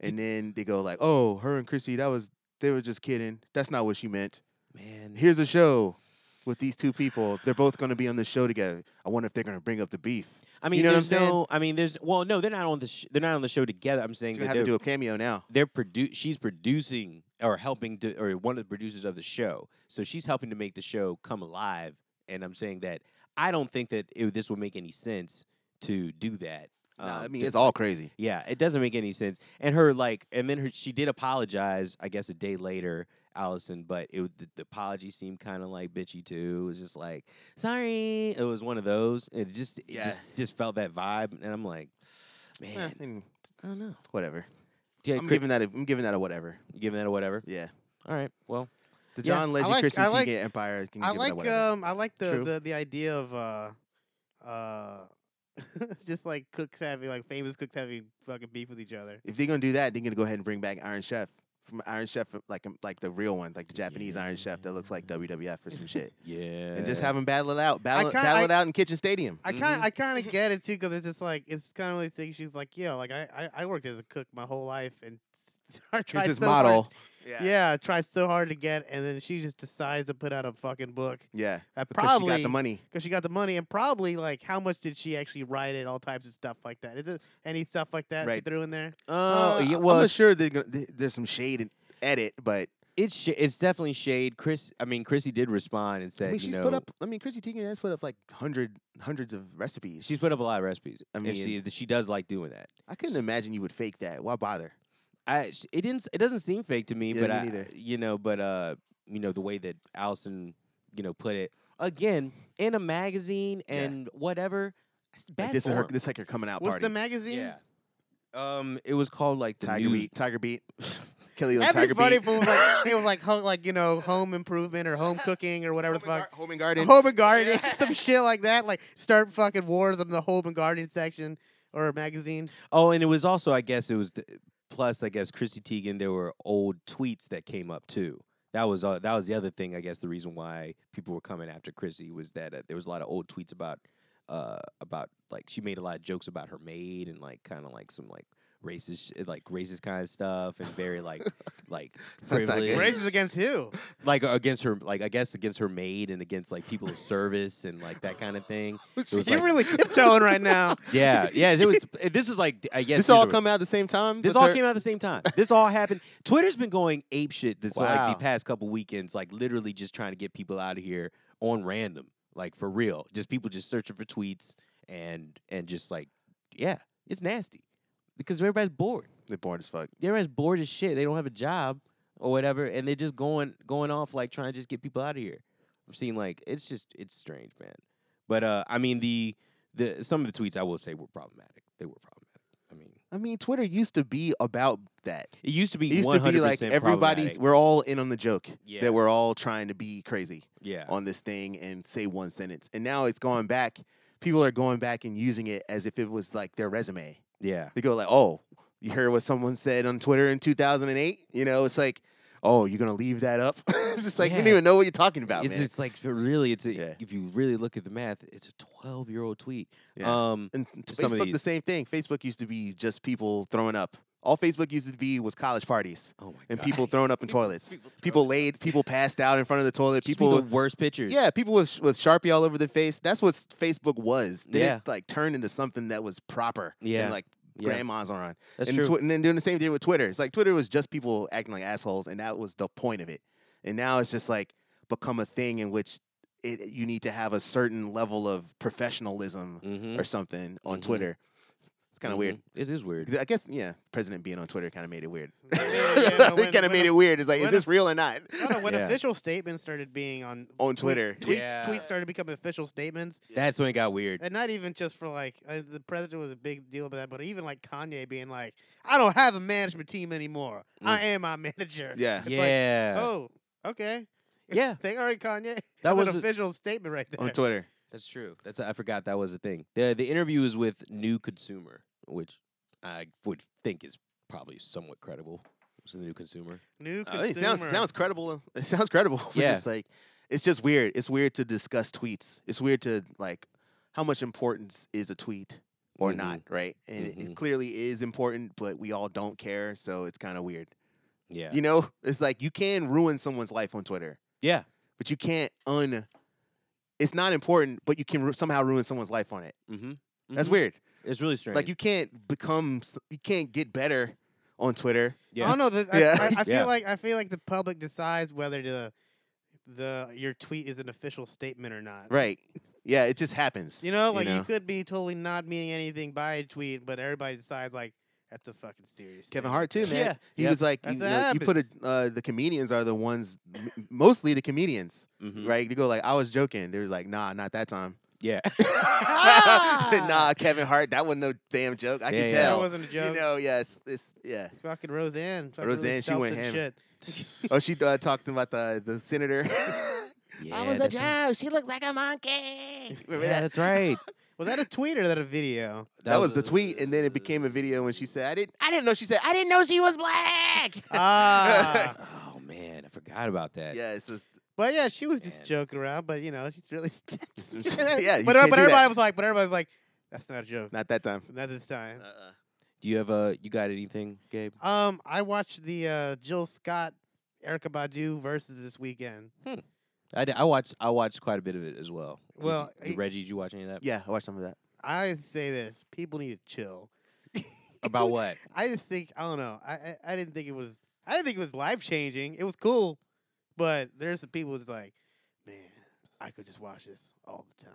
and then they go like, oh, her and Chrissy, that was they were just kidding. That's not what she meant.
man.
Here's a show with these two people. They're both going to be on the show together. I wonder if they're going to bring up the beef.
I mean,
know what I'm
there's
saying?
no. I mean, there's well, no, they're not on the. Sh- they're not on the show together. I'm saying
She's gonna
that
have to
they're
do a cameo now.
they're produ- she's producing or helping to or one of the producers of the show so she's helping to make the show come alive and i'm saying that i don't think that it, this would make any sense to do that
Nah, I
Um,
mean,
to-
it's all crazy.
yeah it doesn't make any sense and her like and then her she did apologize i guess a day later allison but it w- the, the apology seemed kind of like bitchy too it was just like sorry it was one of those it just it
Yeah.
just just felt that vibe and i'm like
Eh,
man
mm,
i don't know
whatever.
yeah,
I'm
Chris-
giving that. A, I'm giving that a whatever.
you giving that a whatever
Yeah.
all right well
The
Yeah,
John
I
Legend
like-
Chrissy
I like-
Teigen Empire. Can
I
give it a
like
whatever.
um I like the,
True.
the, the idea of uh uh just like cooks having like famous cooks having fucking beef with each other.
if they're gonna do that, they're gonna go ahead and bring back Iron Chef from Iron Chef, like um, like the real one, like the Japanese Iron Chef that looks like WWF or some shit,
Yeah.
and just have them battle it out, battle,
kinda-
battle
I-
it out in Kitchen Stadium.
I kind I kind of get it too because it's just like it's kind of like thing she's like yeah like I, I I worked as a cook my whole life and I
Here's
tried
his
so
model.
hard, yeah I tried so hard to get and then she just decides to put out a fucking book uh,
yeah,
that
because
probably
she got the money.
because she got the money and probably like how much did she actually write it all types of stuff like that is it any stuff like that
Right.
they threw in there
Oh,
Uh,
yeah,
I'm
well,
not
it's,
sure they're gonna, th- there's some shade in, at it, but
it's sh- it's definitely shade. Chris, I mean, Chrissy did respond and
I
said,
mean,
you
she's
know,
put up. I mean, Chrissy Teigen has put up like hundred hundreds of recipes.
she's put up a lot of recipes.
I
I mean,
mean-
she, she does like doing that.
I couldn't imagine you would fake that. Why bother?
I sh- it didn't s- it doesn't seem fake to me,
Yeah,
but
me
I,
neither.
you know, but uh, you know, the way that Allison, you know, put it again in a magazine
Yeah.
and whatever. it's Bad
Like, this is her.
form.
This is like her coming out
what's
party.
the magazine
yeah. Um, it was called like the
Tiger
news-
Beat. Tiger Beat. Kelly on Tiger
Everybody
Beat.
was like, it was like, home, like you know, home improvement or home cooking or whatever the fuck.
Home and Garden.
Home and gardening, some shit like that. Like start fucking wars on the home and gardening section or magazine.
Oh, and it was also, I guess, it was the, plus, I guess, Chrissy Teigen. There were old tweets that came up too. That was uh, that was the other thing. I guess the reason why people were coming after Chrissy was that uh, there was a lot of old tweets about uh about like she made a lot of jokes about her maid and like kind of like some like racist, sh- like racist kind of stuff, and very like, like
That's not good.
privileged,
Racist against who?
like uh, against her, like I guess against her maid and against like people of service and like that kind of thing. It was,
You're
like-
really tiptoeing right now.
yeah, yeah. It was. eh, This is like I guess
this
these
all
are-
come out at the same time.
This
with
all
her-
came out at the same time. This all happened. Twitter's been going ape shit this like
Wow.
the past couple weekends, like literally just trying to get people out of here on random, like for real. Just people just searching for tweets and and just like yeah, it's nasty because everybody's bored.
They're bored as fuck.
Everybody's bored as shit. They don't have a job or whatever, and they're just going going off like trying to just get people out of here. I'm seeing like it's just it's strange, man. But uh, I mean the the some of the tweets I will say were problematic. They were problematic. I mean.
I mean, Twitter used to be about that.
It used to be
It used
100%
to be like everybody's.
problematic.
We're all in on the joke
Yeah.
that we're all trying to be crazy
Yeah.
on this thing and say one sentence. And now it's going back. People are going back and using it as if it was like their resume.
Yeah.
They go like, "Oh, you heard what someone said on Twitter in 2008?" You know, it's like, "Oh, you're gonna leave that up?" it's just like we don't
Yeah.
even know what you're talking about,
it's
man.
it's like for really it's a,
Yeah.
if you really look at the math, it's a 12-year-old tweet.
Yeah.
Um
and
some of
Facebook, the
these-
same thing. Facebook used to be just people throwing up. All Facebook used to be was college parties
oh my
and
god.
people throwing up in toilets. people laid, people passed out in front of the toilet.
Just be the
People,
worst pictures.
yeah, people with with Sharpie all over the face. That's what s- Facebook was. They
Yeah.
didn't, like turned into something that was proper.
Yeah.
and, like
Yeah.
grandmas are on.
That's
and,
true.
Twi- and then doing the same thing with Twitter. It's like Twitter was just people acting like assholes, and that was the point of it. And now it's just like become a thing in which it you need to have a certain level of professionalism
Mhm.
or something on
Mhm.
Twitter. It's kind of weird.
Mhm. It is weird.
I guess yeah, president being on Twitter kind of made it weird.
Yeah, yeah, but when-
kind
when
of
a-
made it weird. It's like,
when
is
a-
this real or not?
I don't know, when
Yeah.
official statements started being on
on
tweet-
Twitter.
tweets,
Yeah.
tweets started becoming official statements,
That's when it got weird.
and not even just for like uh, the president was a big deal about that, but even like Kanye being like, "I don't have a management team anymore. I am my manager."
Mm. Yeah.
It's
yeah.
Like, oh, okay.
Yeah.
they already Kanye.
That
That's
was a-
an official statement right there.
On Twitter.
That's true. That's I forgot that was a thing. The the interview is with New Consumer, which I would think is probably somewhat credible. It was the New Consumer.
New
Uh,
consumer.
it sounds sounds credible. It sounds credible. but
Yeah.
It's like it's just weird. It's weird to discuss tweets. It's weird to like how much importance is a tweet or
Mhm.
not, right? And it-
Mhm.
it clearly is important, but we all don't care, so it's kind of weird.
Yeah.
You know, it's like you can ruin someone's life on Twitter,
yeah.
but you can't un. It's not important, but you can ru- somehow ruin someone's life on it.
Mhm.
That's
Mhm.
weird.
It's really strange.
Like you can't become, s- you can't get better on Twitter.
yeah.
I don't know. Oh, The, I,
Yeah.
I, I feel
Yeah.
like I feel like the public decides whether the the your tweet is an official statement or not.
Right. Yeah, it just happens.
You know, like you,
know?
could be totally not meaning anything by a tweet, but everybody decides like that's a fucking serious.
Kevin
thing.
Hart too, man.
Yeah.
He
Yep.
was like, you,
That's
know,
what
you put a, uh, the comedians are the ones, m- mostly the comedians,
Mhm.
right? To go like, I was joking. They was like, nah, not that time.
Yeah.
Ah!
nah, Kevin Hart, that wasn't no damn joke. I
Yeah,
can
yeah.
That
tell.
wasn't a joke.
You know, yes, it's yeah.
Fucking Roseanne. Fucking
Roseanne,
really
she went
sheltered
ham.
Shit.
Oh, she uh, talked about the the senator.
yeah
I was a
that's right.
joke. She looks like a monkey. Remember
Yeah,
that?
that's right.
Was that a tweet or that a video?
That, was the tweet, and then it became a video when she said, "I didn't, I didn't know." She said, "I didn't know she was black."
Ah,
Oh man, I forgot about that.
yeah, it's just
but yeah, she was just
Man.
joking around. But you know, she's really.
yeah. You
but
can't
but
do
everybody
that.
was like, but everybody was like, that's not a joke.
not that time.
Not this time.
Uh-uh.
Do you have a? You got anything, Gabe?
Um, I watched the uh, Jill Scott, Erica Badu versus this weekend.
I, did, I watched. I watched quite a bit of it as well. Did
Well,
you- did
it-
Reggie, did you watch any of that?
Yeah, I watched some of that.
I say this: people need to chill.
About what?
I just think I don't know. I, I I didn't think it was. I didn't think it was life changing. It was cool, but there's some people just like, man, I could just watch this all the time.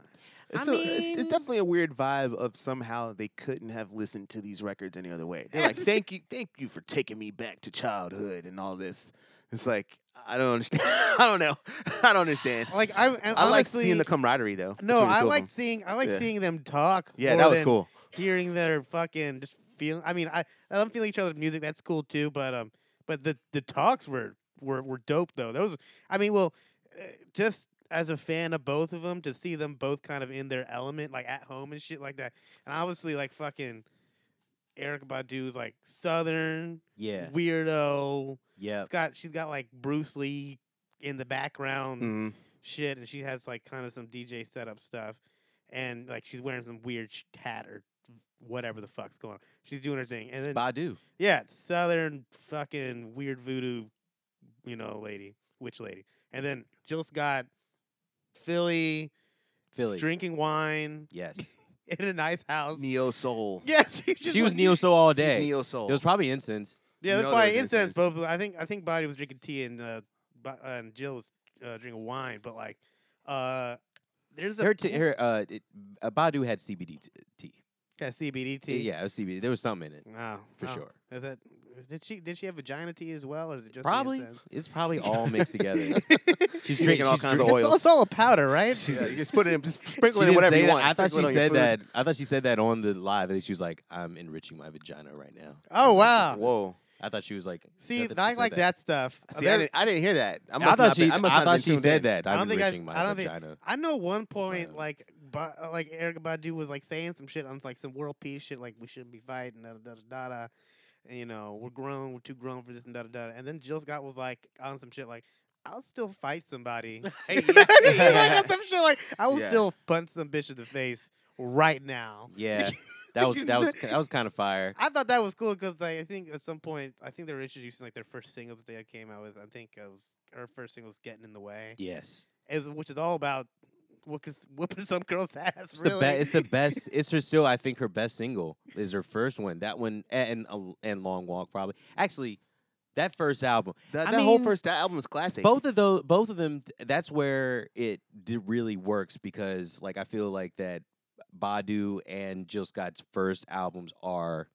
I
So it's, it's
mean-
definitely a weird vibe of somehow they couldn't have listened to these records any other way. They're like, "Thank you, thank you for taking me back to childhood and all this." It's like I don't understand. I don't know. I don't understand.
Like I, and
I like seeing
honestly-
the camaraderie though.
No,
between the
I
two of
like
them.
seeing I like
Yeah.
seeing them talk.
Yeah,
more
that was
than
cool.
Hearing their fucking just feeling. I mean, I I love feeling each other's music. That's cool too. But um, but the the talks were were were dope though. Those I mean, well, uh, just as a fan of both of them, to see them both kind of in their element, like at home and shit like that, and obviously like fucking. Eric Badu's like southern
Yeah.
weirdo.
Yeah.
It's got she's got like Bruce Lee in the background
hmm
shit, and she has like kind of some DJ setup stuff, and like she's wearing some weird sh- hat or whatever the fuck's going on. She's doing her thing, and
It's
then
Badu.
yeah, southern fucking weird voodoo, you know, lady, witch lady, and then Jill's got Philly
Philly.
drinking wine
Yes.
in a nice house.
Mm-hmm. Neo soul.
Yeah, she, just
she was
like-
neo soul all
She's
day.
Neo soul.
It was probably incense.
Yeah, that's
No,
why
there's
incense.
incense.
But I think I think Body was drinking tea and uh, Bo- uh, and Jill was uh, drinking wine. But like, uh, there's a
Her, t-
cool-
her uh, it, uh, Badu had CBD t- tea.
yeah, CBD
Tea.
tea.
Yeah, it was CBD. There was something in it
Oh,
for
oh.
sure.
Is that did she did she have vagina tea as well, or is it just the
Probably.
incense?
It's probably all mixed together. She's
She's drinking all
she's
kinds of
drinking-
It's,
oils.
it's all a powder, right?
Yeah, you just put it in, just sprinkle
She
it in
didn't
whatever
say
you
that.
want.
I thought she
Sprinkle it on your
said
food.
that. I thought she said that on the live. And she was like, "I'm enriching my vagina right now."
oh wow!
Whoa.
I thought she was like,
See,
that-
I
she said
like that, stuff. Uh,
See, Ah. I
there-
didn't, I didn't hear that. I,
I
must
thought
not
she.
been- I, must
I
not
thought
been
she
tuned
said
in.
that.
I
I'm
don't think I-
enriching my
I don't think-
vagina.
I know one point,
Wow.
like, Ba- uh, like Eric Badu was like saying some shit on like some world peace shit, like we shouldn't be fighting, da da da da da. and, You know, we're grown, we're too grown for this, and da da da. da. And then Jill Scott was like on some shit, like I'll still fight somebody. You know, like, on some shit, like I will
Yeah.
still punch some bitch in the face right now.
Yeah, that was that was that was kind of fire.
I thought that was cool because like, I think at some point, I think they were introducing like their first singles that they had came out with. I think it was her first single was "Getting in the Way."
Yes,
is which is all about whooping, s- whooping some girl's ass.
it's
really,
the best. It's the best. It's her still. I think her best single is her first one. That one and and, and Long Walk probably. Actually, that first album.
That,
I
that whole
mean,
first album was classic.
Both of those, both of them. th- That's where it d- really works because, like, I feel like that Badu and Jill Scott's first albums are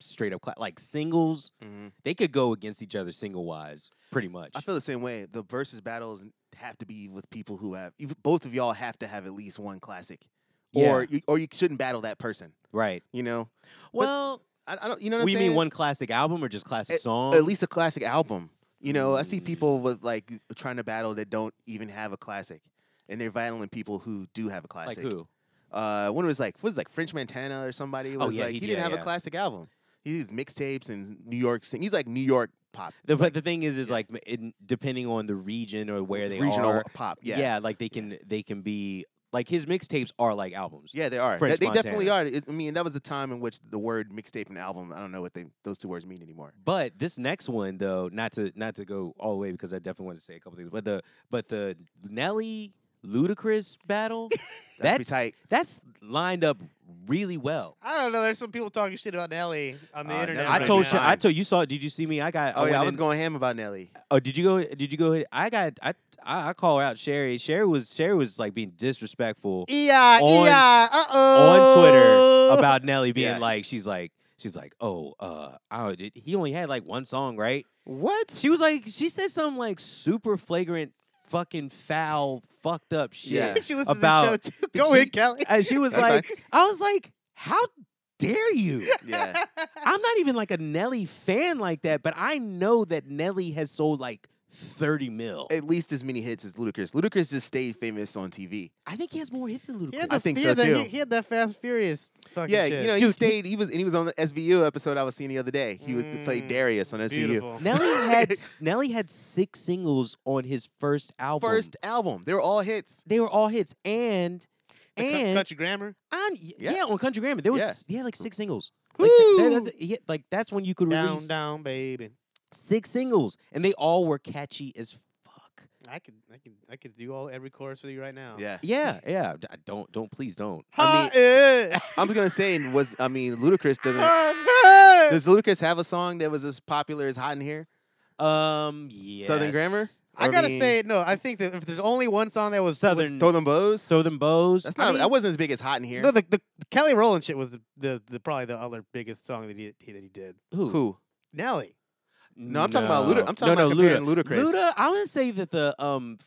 straight up cla- like singles.
Mhm.
They could go against each other single wise, pretty much.
I feel the same way. The versus battles have to be with people who have. You, both of y'all have to have at least one classic, or
Yeah.
you, or you shouldn't battle that person.
right.
You know.
Well,
I, I don't. You know what
we
I'm saying?
mean one classic album or just classic song?
At least a classic album. You know, I see
Mm.
people with like trying to battle that don't even have a classic, and they're battling people who do have a
like
classic.
who?
uh, one was like what was it, like French Montana or somebody was
Oh, yeah, he-
like he, didn't
yeah,
have
yeah.
a classic album. He used mixtapes and New York. sing- He's like New York pop,
The, but the thing is, is
yeah.
like m- in, depending on the region or where they
regional
are,
pop. Yeah,
like they can they can be like his mixtapes are like albums.
Yeah, they are.
French
they they definitely are. It- I mean, that was a time in which the word mixtape and album. I don't know what they those two words mean anymore.
But this next one though, not to not to go all the way because I definitely want to say a couple things. But the but the Nelly Ludacris battle,
That's
that's
pretty tight.
that's lined up really well.
I don't know. There's some people talking shit about Nelly on the
Uh,
internet.
Nelly
I
right
told
now.
you. I
Fine.
told you saw. Did you see me? I got.
Oh yeah, I
went
was
in-
going ham about Nelly.
Oh, did you go? Did you go? I got. I I I call her out Sherry. Sherry was Sherry was like being disrespectful.
Yeah,
on-
yeah. Uh
on
oh.
Twitter about Nelly being
Yeah.
like, she's like, she's like, oh, uh, I don't, did, he only had like one song, right?
What?
She was like, she said some like super flagrant, fucking foul, fucked up shit.
Yeah.
I think she listens to
about-
the show too. Go
she-
ahead, Kelly.
And she was
That's
like, I was like, how dare you?
Yeah,
I'm not even like a Nelly fan like that, but I know that Nelly has sold like 30 mil.
at least as many hits as Ludacris. Ludacris just stayed famous on TV.
I think he has more hits than Ludacris.
He had
I
the-
think
he
so,
had the- He,
too.
he had that Fast Furious fucking
yeah,
shit.
you know he
Dude, he-
stayed. He was and he was on the SVU episode I was seeing the other day. He was played
Mm,
Darius on SVU.
beautiful.
Nelly had Nelly had six singles on his first album.
First album, they were all hits.
they were all hits and
The cu-
and
country grammar.
on, y- yeah.
Yeah.
on country grammar there was
Yeah.
he had like six singles like, th- th-
Woo!
that's, he had- like that's when you could
Down,
release
down, baby.
six singles and they all were catchy as fuck
I could, I could, I could do all every chorus for you right now.
Yeah,
yeah yeah d- don't don't please don't
I
I I'm just gonna say was I mean Ludacris doesn't.
mean,
Does Ludacris have a song that was as popular as Hot in Here?
um yeah
Southern Grammar?
I gotta
mean,
say, no. I think that if there's only one song that was was-
Southern-
Throw Them Bows.
Southern Bows
That's
I
not.
mean,
that wasn't as big as Hot in Here.
No, the, the Kelly Rowland shit was the, the, the probably the other biggest song that he, he that he did.
who?
Who?
Nelly.
No, I'm talking about Luda- I'm talking
no,
about
no, Luda.
comparing Ludacris.
Luda, I would say that the um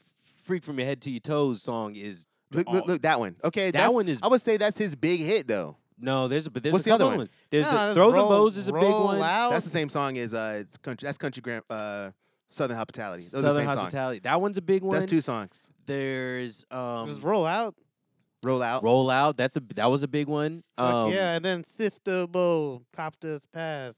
"Freak from Your Head to Your Toes" song is
Look, look, look, that one. Okay,
That
that's,
one is-
I would say that's his big hit though.
no. There's a but there's
What's
a
the other
couple
one?
ones. There's
No,
a
that's
"Throw the
Roll-
Bows" is a big
Roll
one.
Loud.
That's the same song as uh, it's country. That's country gram, uh, Southern Hospitality. Those are the
Southern
same song.
Hospitality. That one's a big one.
That's two songs.
There's
It was
um,
Roll Out.
Roll out.
Roll Out. That's a that was a big one.
Fuck
Um,
yeah, and then Sister Bowl, Cop This Pass,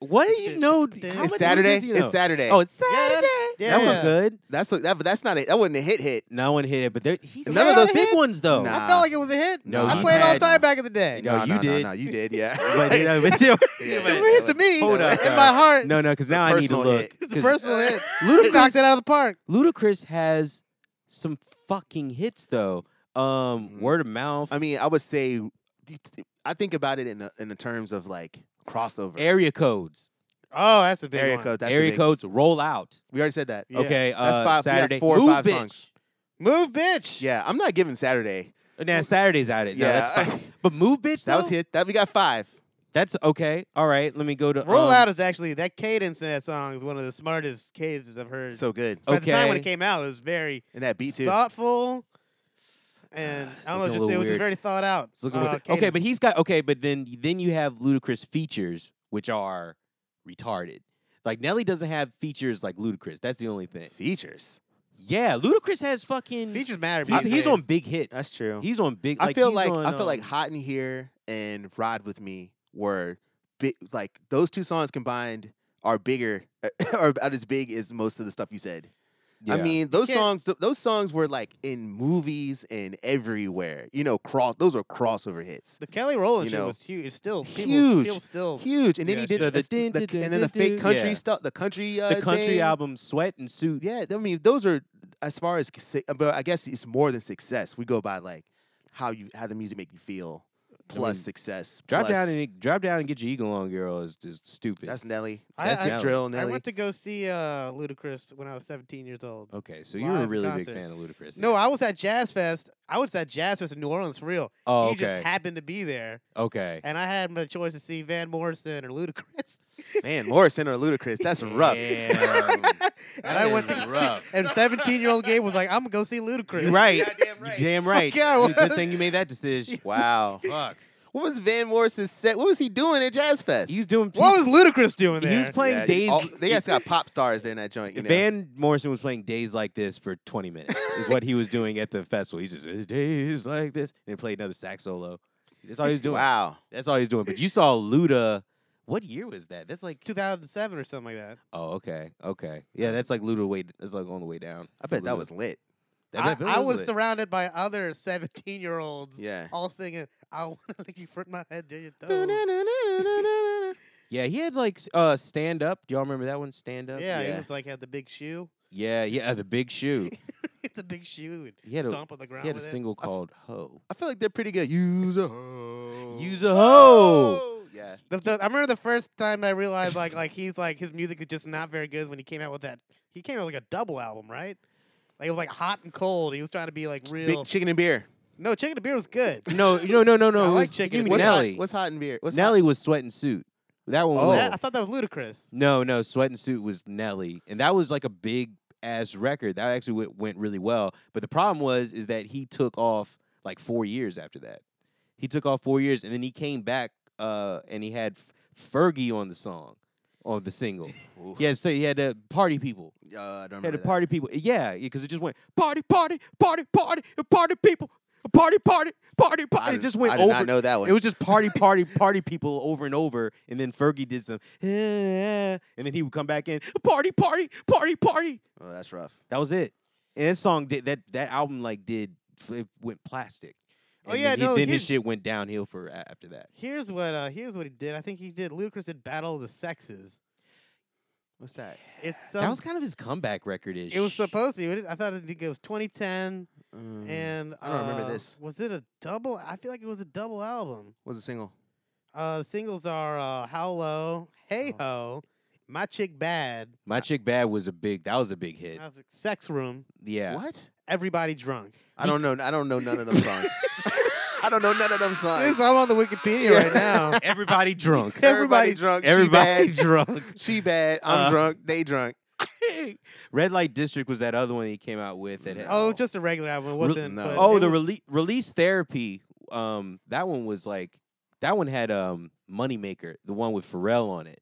What do you know?
It's
How much
It's
of
Saturday.
this you know?
It's Saturday.
Oh, it's
Yeah,
Saturday.
yeah.
That was good.
that's what, that, but that's not a, that wasn't a hit hit.
No one hit it, but there, he's
None
none
of
of those
those
big
hit?
ones though.
Nah.
I felt like it was a hit.
No,
I
he's
played all the
had-
time back in the day.
No, you
no,
did.
No, you did. Yeah.
But, you know, but still-
Yeah,
It was a hit to me
Hold up,
in
uh,
my heart.
no, no, because
The
now I need to
personal
look.
hit.
It's a
'cause
personal hit. It
Ludacris,
knocked it out of the park.
Ludacris has some fucking hits though. Um,
Mm.
word of mouth.
I mean, I would say, I think about it in the, in the terms of like crossover.
area codes.
Oh, that's a big
Area
one.
code. That's the
area
big-
codes roll out.
We already said that.
Yeah.
Okay, uh,
That's five- we got
Saturday.
four or
Move,
five
bitch.
songs.
Move, bitch.
Yeah, I'm not giving Saturday.
Nah, Saturday's at it. Yeah,
yeah,
that's fine. But move, bitch.
that was
though?
hit. That we got five.
That's okay. All right, let me go to
Roll
um,
Out is actually that cadence in that song is one of the smartest cadences I've heard.
So good.
Oh,
By the time when it
okay.
came out, it was very
And that beat too.
thoughtful, and
Ah, It's
I don't know,
looking a little
just it was just
weird.
very thought out.
It's looking
uh,
like- okay,
cadence.
but he's got okay, but then then you have Ludacris features, which are retarded. Like Nelly doesn't have features like Ludacris. That's the only thing.
Features.
Yeah, Ludacris has fucking.
features matter.
he's
these
he's
days.
on big hits.
That's true.
He's on big.
I feel
he's
like
on,
I feel like
um,
Hot in Here and Ride with Me were big, like those two songs combined are bigger are about as big as most of the stuff you said. I
yeah.
mean, those
can't-
songs th- those songs were like in movies and everywhere. You know, cross those are crossover hits.
the Kelly Rowland
you
show
know,
was huge. It's still people,
huge,
People still
Huge. And then
Yeah,
he did
Oh, sure.
the,
The
the-
dun-
and then
dun- dun-
the fake country
yeah.
stuff, the country uh,
the country
thing.
album Sweat and Suit.
Yeah, I mean, those are as far as suc- but I guess it's more than success. We go by like how you how the music make you feel plus
mean,
success.
Drop
plus-
down and drop down and get your eagle on, girl. Is just stupid.
That's Nelly.
I-
That's
I-
the drill, Nelly.
I went to go see uh, Ludacris when I was 17 years old.
okay, so you were a
live
really
concert.
big fan of Ludacris.
No, I was at Jazz Fest. I was at Jazz Fest in New Orleans for real.
oh,
he
okay,
just happened to be there,
okay.
and I had my choice to see Van Morrison or Ludacris.
Man, Morrison or Ludacris, that's rough.
Damn.
and I went to
That is
see-
rough.
and 17 year old Gabe was like, I'm gonna go see Ludacris.
You're right.
Goddamn
You're
right.
damn right.
yeah, I
Good
was.
thing you made that decision.
Wow.
Fuck.
What was Van Morrison's set? What was he doing at Jazz Fest?
He's doing.
What was
he's-
Ludacris doing there?
he was playing
Yeah, he-
days.
all- they just got pop stars there in that joint. You know?
Van Morrison was playing days like this for 20 minutes. is what he was doing at the festival. He's just "Uh, days like this, and he played another sax solo. That's all he was doing.
Wow.
That's all he was doing. But you saw Luda. What year was that? That's like
2007 or something like that.
oh okay okay yeah that's like Luda way that's like on the way down.
I
for
bet that
Luda.
was lit.
That
I,
bet- that
I was
lit.
surrounded by other 17 year olds
Yeah.
all singing, I want to let you front my head, do your toes.
That's
yeah he had like s- uh stand up. Do y'all remember that one stand up?
Yeah, he
yeah
was like, had the big shoe.
yeah, yeah, the big shoe.
Hit the big shoe and
He had a-
stomp on the ground.
He had a
with it.
single called Ho.
I feel like they're pretty good. Use a hoe.
Use a hoe.
Yeah.
The, the, I remember the first time I realized like like he's like his music is just not very good is when he came out with that he came out with like a double album right like it was like hot and cold he was trying to be like real
Big chicken and beer.
no chicken and beer was good
No, no, no, no, no.
I
it
like
was-
chicken
you
and
mean
What's
Nelly.
Hot, what's hot in beer? What's
Nelly was sweat and suit. That one.
Oh.
was-
That- I thought that was ludicrous
No, no, Sweat and Suit was Nelly, and that was like a big ass record. That actually went, went really well. But the problem was is that he took off like four years after that. He took off four years, and then he came back, uh, and he had F- Fergie on the song, on the single.
Hot?
he had so he had uh, party people.
Uh, I don't
He had
remember
a party people. Yeah, because it just went party, party, party, party, party people, party, party, party,
that. I
party. It
did-
just went
I did
over.
not know that one.
It was just party, party, party people over and over. And then Fergie did some, "Eh, and then he would come back in, party, party, party, party.
oh, that's rough.
That was it. And that song did that. That album like did it went plastic.
Oh,
And
yeah,
then, he-
no,
then his
his-
shit went downhill for a- after that.
here's what uh here's what he did I think he did ludicrous did Battle of the Sexes
What's that?
it's
that
some,
was kind of his comeback record. Ish.
it was supposed to be wasn't it? I thought it, it was 2010
Mm,
and
I don't remember
uh,
this.
was it a double I feel like it was a double album
What's the single?
uh the singles are uh How Low Hey
Oh.
Ho My Chick Bad
My chick bad was a big. That was a big hit.
That was a Sex Room
Yeah.
What?
Everybody Drunk.
I don't know. I don't know none of them songs. I don't know none of them
This-
songs.
I'm on the Wikipedia right now.
Everybody drunk.
Everybody drunk.
Everybody
She bad.
drunk.
She bad. I'm
Uh,
drunk. They drunk.
Red Light District was that other one he came out with. That had-
Oh, just a regular album. It wasn't.
no.
but
oh,
it
the
was-
release release therapy. Um, that one was like that one had um Moneymaker, the one with Pharrell on it.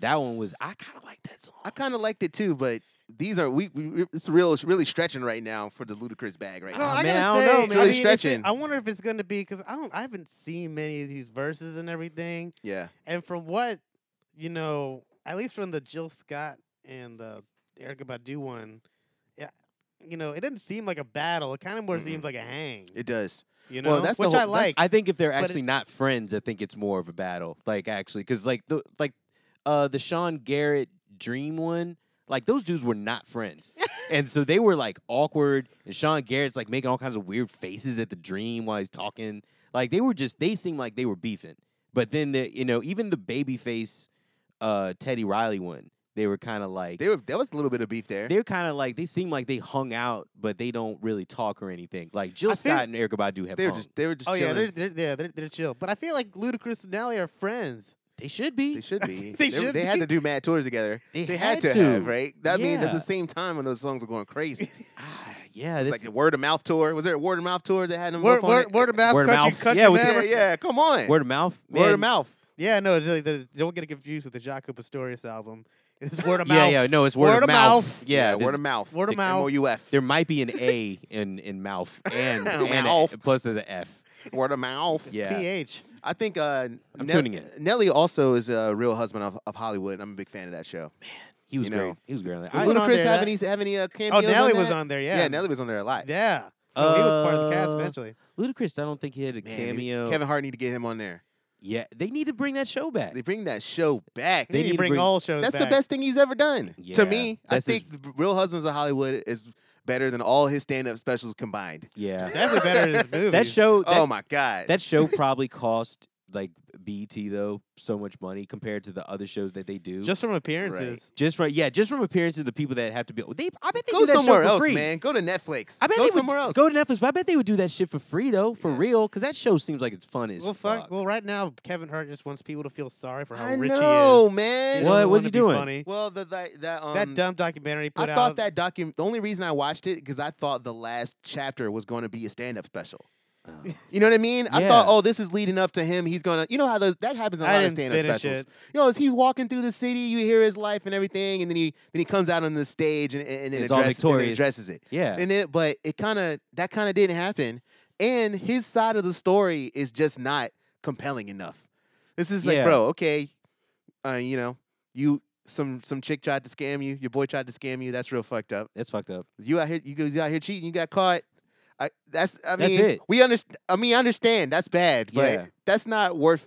That one was I kind of like that song.
I kind of liked it too, but these are we, we it's real it's really stretching right now for the ludicrous bag right
No, Oh,
now.
I
man,
gotta
I don't know,
say,
man.
I,
Really
mean, if it-
stretching.
I wonder if it's gonna be because I don't. I haven't seen many of these verses and everything.
Yeah.
And from what you know, at least from the Jill Scott and the Erica Badu one, yeah, you know, it didn't seem like a battle. It kind of more
Mm-mm.
seems like a hang.
It does.
You know,
well, that's the
which I
whole- that's-
like.
I think if they're
it-
actually not friends, I think it's more of a battle. Like actually, because like the like uh the Sean Garrett Dream one, like those dudes were not friends, and so they were like awkward. And Sean Garrett's like making all kinds of weird faces at the Dream while he's talking. Like they were just they seemed like they were beefing. But then the you know even the babyface uh Teddy Riley one, they were kind of like
They were there was a little bit of beef there.
they're kind of like they seem like they hung out, but they don't really talk or anything. Like Jill
I feel-
Scott and Erica Badu have.
They were
hung.
just they were just
oh yeah,
chilling.
they're, they're yeah they're, they're chill. But I feel like Ludacris and Nelly are friends.
they should be.
They should be.
They
were-
should
had
be.
to do mad tours together.
They
had,
had
to have,
to.
right? That means at
Yeah.
the same time when those songs were going crazy.
Ah, yeah,
It's like
that's
the word of mouth tour. Was there a word of mouth tour that had them
Word,
up on
word,
it?
word of mouth,
Word of
country,
mouth.
country
Yeah, with the-
Yeah,
man.
yeah, come on.
word of mouth.
Word
man.
of mouth.
Yeah, no, it's like the, don't get it confused with the Jaco Pastorius album. It's word of
Yeah,
mouth.
yeah, no, it's word, of, mouth. Yeah,
word
this-
of mouth.
word of
Like
mouth.
M-O-U-F.
There might be an A in in mouth and, and
Mouth.
A, plus there's an F.
Word of mouth.
Yeah,
PH.
I think uh,
I'm tuning in.
Nelly also is a real husband of, of Hollywood. I'm a big fan of that show.
he was
you know.
great. He was great. on that.
Does
I-
I-
Little- on
Ludacris
there,
have
that-
any have any uh,
Oh,
cameos?
Nelly
on
was
that?
on there. Yeah.
Yeah. Nelly was on there a lot.
Yeah. So he was part of the cast
Uh,
eventually.
Ludacris, I don't think he had a
Man, they-
cameo.
Kevin Hart need to get him on there.
Yeah, they need to bring that show back.
They bring that show back.
They need
They, need to
to
bring
bring-
all shows.
That's the
back.
best thing he's ever done.
Yeah,
to me, I
that's his-
think The Real Husbands of Hollywood is better than all his stand-up specials combined.
yeah,
Definitely better than his movies.
that show. That,
oh my god.
that show probably cost like BET though so much money compared to the other shows that they do.
just from appearances.
just from yeah, just from appearances, the people that have to be. They, I bet they
go
do that show
somewhere
for
else,
free.
man. Go to Netflix.
I bet
go
they
somewhere
would
else.
go to Netflix. But I bet they would do that shit for free though, for real, because that show seems like it's fun as
Well,
fuck.
fuck. Well, right now Kevin Hart just wants people to feel sorry for how
I
rich he
know,
is.
man.
He
What
doesn't
was he
wanna be
doing?
Funny.
Well, the, that that um,
that dumb documentary he
I
put out.
thought that document. The only reason I watched it because I thought the last chapter was going to be a stand-up special.
Oh.
You know what I mean? I thought,
Yeah.
oh, this is leading up to him. He's gonna, you know how those, that happens in a
I
lot of
didn't
stand-up
finish
specials.
it.
Yo, as he's walking through the city, you hear his life and everything, and then he then he comes out on the stage and and, and,
It's all
addresses, and then
victorious.
addresses it.
yeah,
And then, but it kind of that kind of didn't happen. And his side of the story is just not compelling enough. This is like,
Yeah.
bro, okay, uh, you know, you some some chick tried to scam you, your boy tried to scam you. That's real fucked up.
that's fucked up.
You out here, you guys out here cheating. You got caught. I, that's I
That's
mean,
it.
we understand. I mean, I understand that's bad, but
Yeah.
that's not worth.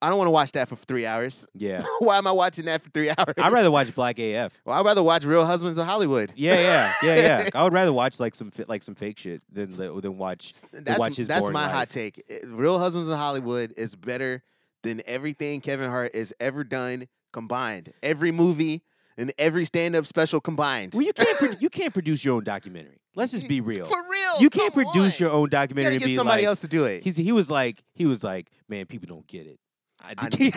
I don't want to watch that for three hours.
Yeah,
Why am I watching that for three hours?
I'd rather watch Black AF.
Well, I'd rather watch Real Husbands of Hollywood.
Yeah, yeah, yeah, yeah. I would rather watch like some fi- like some fake shit than li- than watch. than
That's
watch his
that's
boring
my
life.
hot take. Eh, Real Husbands of Hollywood is better than everything Kevin Hart has ever done combined. Every movie and every stand-up special combined.
Well, you can't pro- you can't produce your own documentary. Let's just be real.
For real,
You can't
come
produce
on.
your own
You
documentary and
gotta get
be
somebody
like,
else to do it.
He's, he was like he was like man people don't get it. I,
I
did
did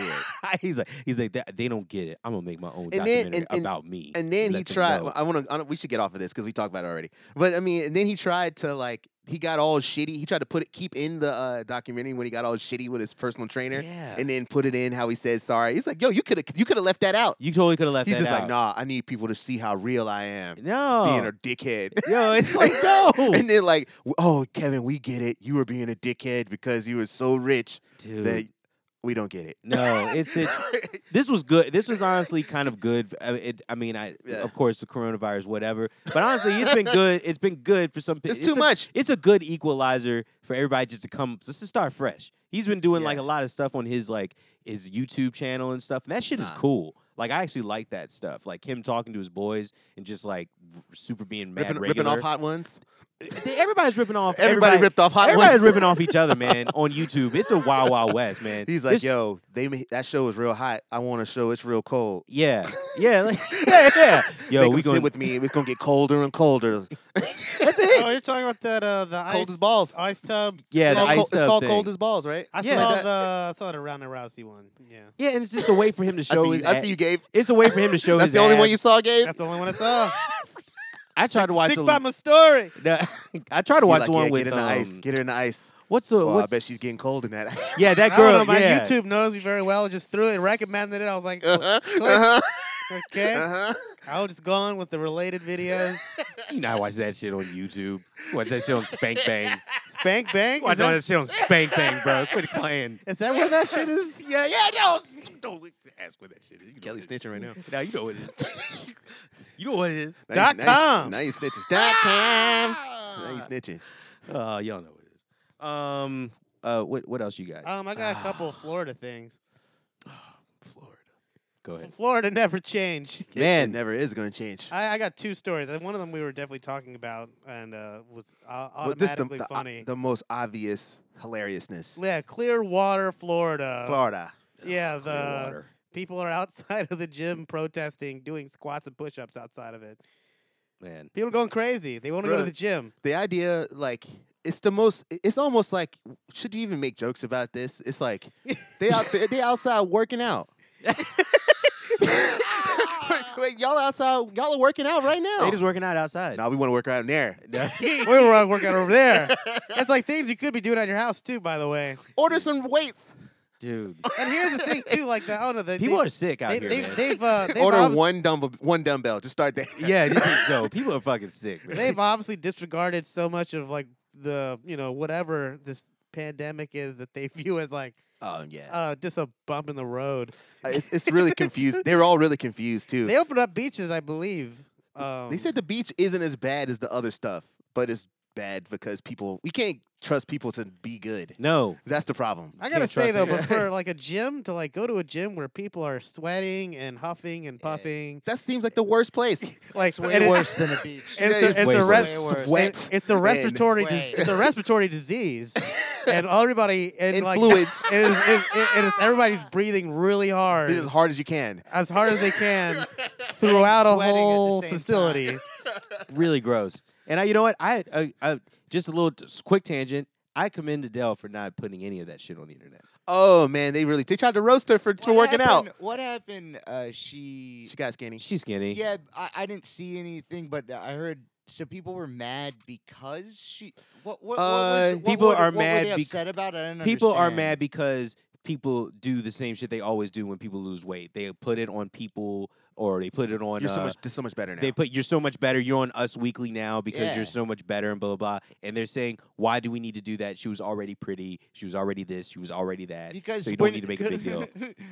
it.
he's like he's like that, they don't get it. I'm gonna make my own
then-
documentary
and- and-
about me.
And then he
let them
tried.
know.
I want to. We should get off of this because we talked about it already. But I mean, and then he tried to like. He got all shitty. He tried to put it keep in the uh, documentary when he got all shitty with his personal trainer,
Yeah.
and then put it in how he says sorry. He's like, "Yo, you could have you could have left that out."
you totally could have left
He's
that
just like,
out.
"Nah, I need people to see how real I am,
uh, no,
being a dickhead."
Yo, it's like no,
and then like, w- "Oh, Kevin, we get it. You were being a dickhead because you were so rich
dude.
that we don't get it."
no, it's it, this was good. This was honestly kind of good. I, it, I mean, I
Yeah.
of course the coronavirus, whatever. But honestly, it's been good. It's been good for some. pe-
It's too
a-
much.
It's a good equalizer for everybody just to come just to start fresh. He's been doing like
Yeah.
a lot of stuff on his like his YouTube channel and stuff, and that shit is
Nah.
cool. Like I actually like that stuff, like him talking to his boys and just like r- super being mad
ripping, ripping
regular.
off hot ones.
Everybody's ripping off.
Everybody,
everybody
ripped off hot
Everybody's
ones.
ripping off each other, man, on YouTube. It's a wild, wild west, man.
He's like,
This-
yo, they ma- that show is real hot. I want a show it's real cold.
yeah, yeah, like, yeah, yeah. Yo,
Make 'em
we
sit
going
with me. It's gonna get colder and colder.
That's it.
Oh, you're talking about that uh, the
cold
ice,
as balls.
ice tub.
Yeah,
It's
the
called
ice
cold- it's
tub
called
thing.
cold as balls, right?
I
Yeah.
saw
That-
the I saw the Ronda Rousey one. Yeah,
yeah, and it's just a way for him to
I see,
show
you,
his.
I
a-
see you, Gabe.
It's a way for him to show
That's
his.
the only one
abs.
you saw, Gabe.
that's the only one I saw.
I tried to watch.
Stick
the-
by my story.
no, I tried to
He
watch
like,
the one
yeah,
with
get in
um,
the ice. Get her in the ice.
What's the?
Oh, I
what's,
bet she's getting cold in that. ice.
Yeah, that
I don't
girl.
know, my
yeah.
YouTube knows me very well. Just threw it, recommended it. I was like,
uh-huh, uh-huh.
Okay,
Uh-huh.
I was just going with the related videos.
You know, I watch that shit on YouTube. Watch that shit on Spank Bang.
Spank Bang.
Watch
Is that,
all that shit on Spank Bang, bro. Quit playing.
is that where that shit is?
Yeah, yeah, no. Don't ask what that shit is. You know
Kelly
what it is.
snitching right now.
Now you know what it is. you know what it is.
Now you-
Dot
now you-
com.
Now you snitches. Dot com. Now you
Ah!
snitching.
Uh, y'all know what it is. Um, uh, what what else you got?
Um, I got a couple of Florida things.
Florida. Go ahead.
Florida never changed.
It-
Man.
it never is gonna change.
I, I got two stories, and one of them we were definitely talking about, and uh, was uh,
Well, this the,
automatically
the,
funny.
the most obvious hilariousness.
yeah, Clearwater, Florida.
Florida.
Yeah, the
Clearwater.
people are outside of the gym protesting, doing squats and push-ups outside of it.
man.
People are going crazy. They want to go to
Bruh.
the gym.
The idea, like, it's the most. It's almost like, should you even make jokes about this? It's like they out there, they outside working out. wait, wait, y'all outside, y'all are working out right now.
They just working out outside.
now we want to work out in there.
we were working over there. It's like things you could be doing at your house too, by the way.
Order some weights.
Dude,
And here's the thing too, like the I don't know, the,
people
they,
are sick out
they,
here,
they,
man.
have uh, they've
Order
obvi-
one dumbbell, one dumbbell. Just start there.
yeah, this is, no, people are fucking sick, man.
they've obviously disregarded so much of like the you know whatever this pandemic is that they view as like
Oh yeah.
uh just a bump in the road.
Uh, it's, it's really confused. They're all really confused too.
They opened up beaches, I believe. Um,
They said the beach isn't as bad as the other stuff, but it's bad because people we can't trust people to be good.
no,
That's the problem.
I gotta
can't
say
trust
though,
anyone.
but for like a gym to like go to a gym where people are sweating and huffing and puffing,
That seems like the worst place.
like
It's way
and it-
worse than a beach.
and
Yeah,
it's,
it's
a, it's,
way
a
worse.
res-
Way worse.
Wet
it's a respiratory,
Way.
dis- it's a respiratory disease, and everybody and
and
like
fluids.
and it's, it, it, and it's everybody's breathing really hard,
Be as hard as you can.
as hard as they can, throughout a
sweating at the
whole
same time.
facility.
really gross. And I, you know what? I, I, I just a little t- quick tangent. I commend Adele for not putting any of that shit on the internet.
Oh man, they really they tried to roast her for, for working out.
happened- What happened? Uh, she.
She got skinny.
She's skinny.
Yeah, I, I didn't see anything, but I heard. So people were mad because she. What? What? what was,
Uh,
what
people
were-
are
what were
mad
they
bec-
upset about? I don't
people are
understand.
mad because people do the same shit they always do when people lose weight. They put it on people, or they put it on.
You're
uh,
so much this so much better now.
They put you're so much better. You're on Us Weekly now because
Yeah.
you're so much better and blah blah blah. And they're saying, why do we need to do that? She was already pretty. She was already this. She was already that.
because
so you don't
when-
need to make a big deal.
deal.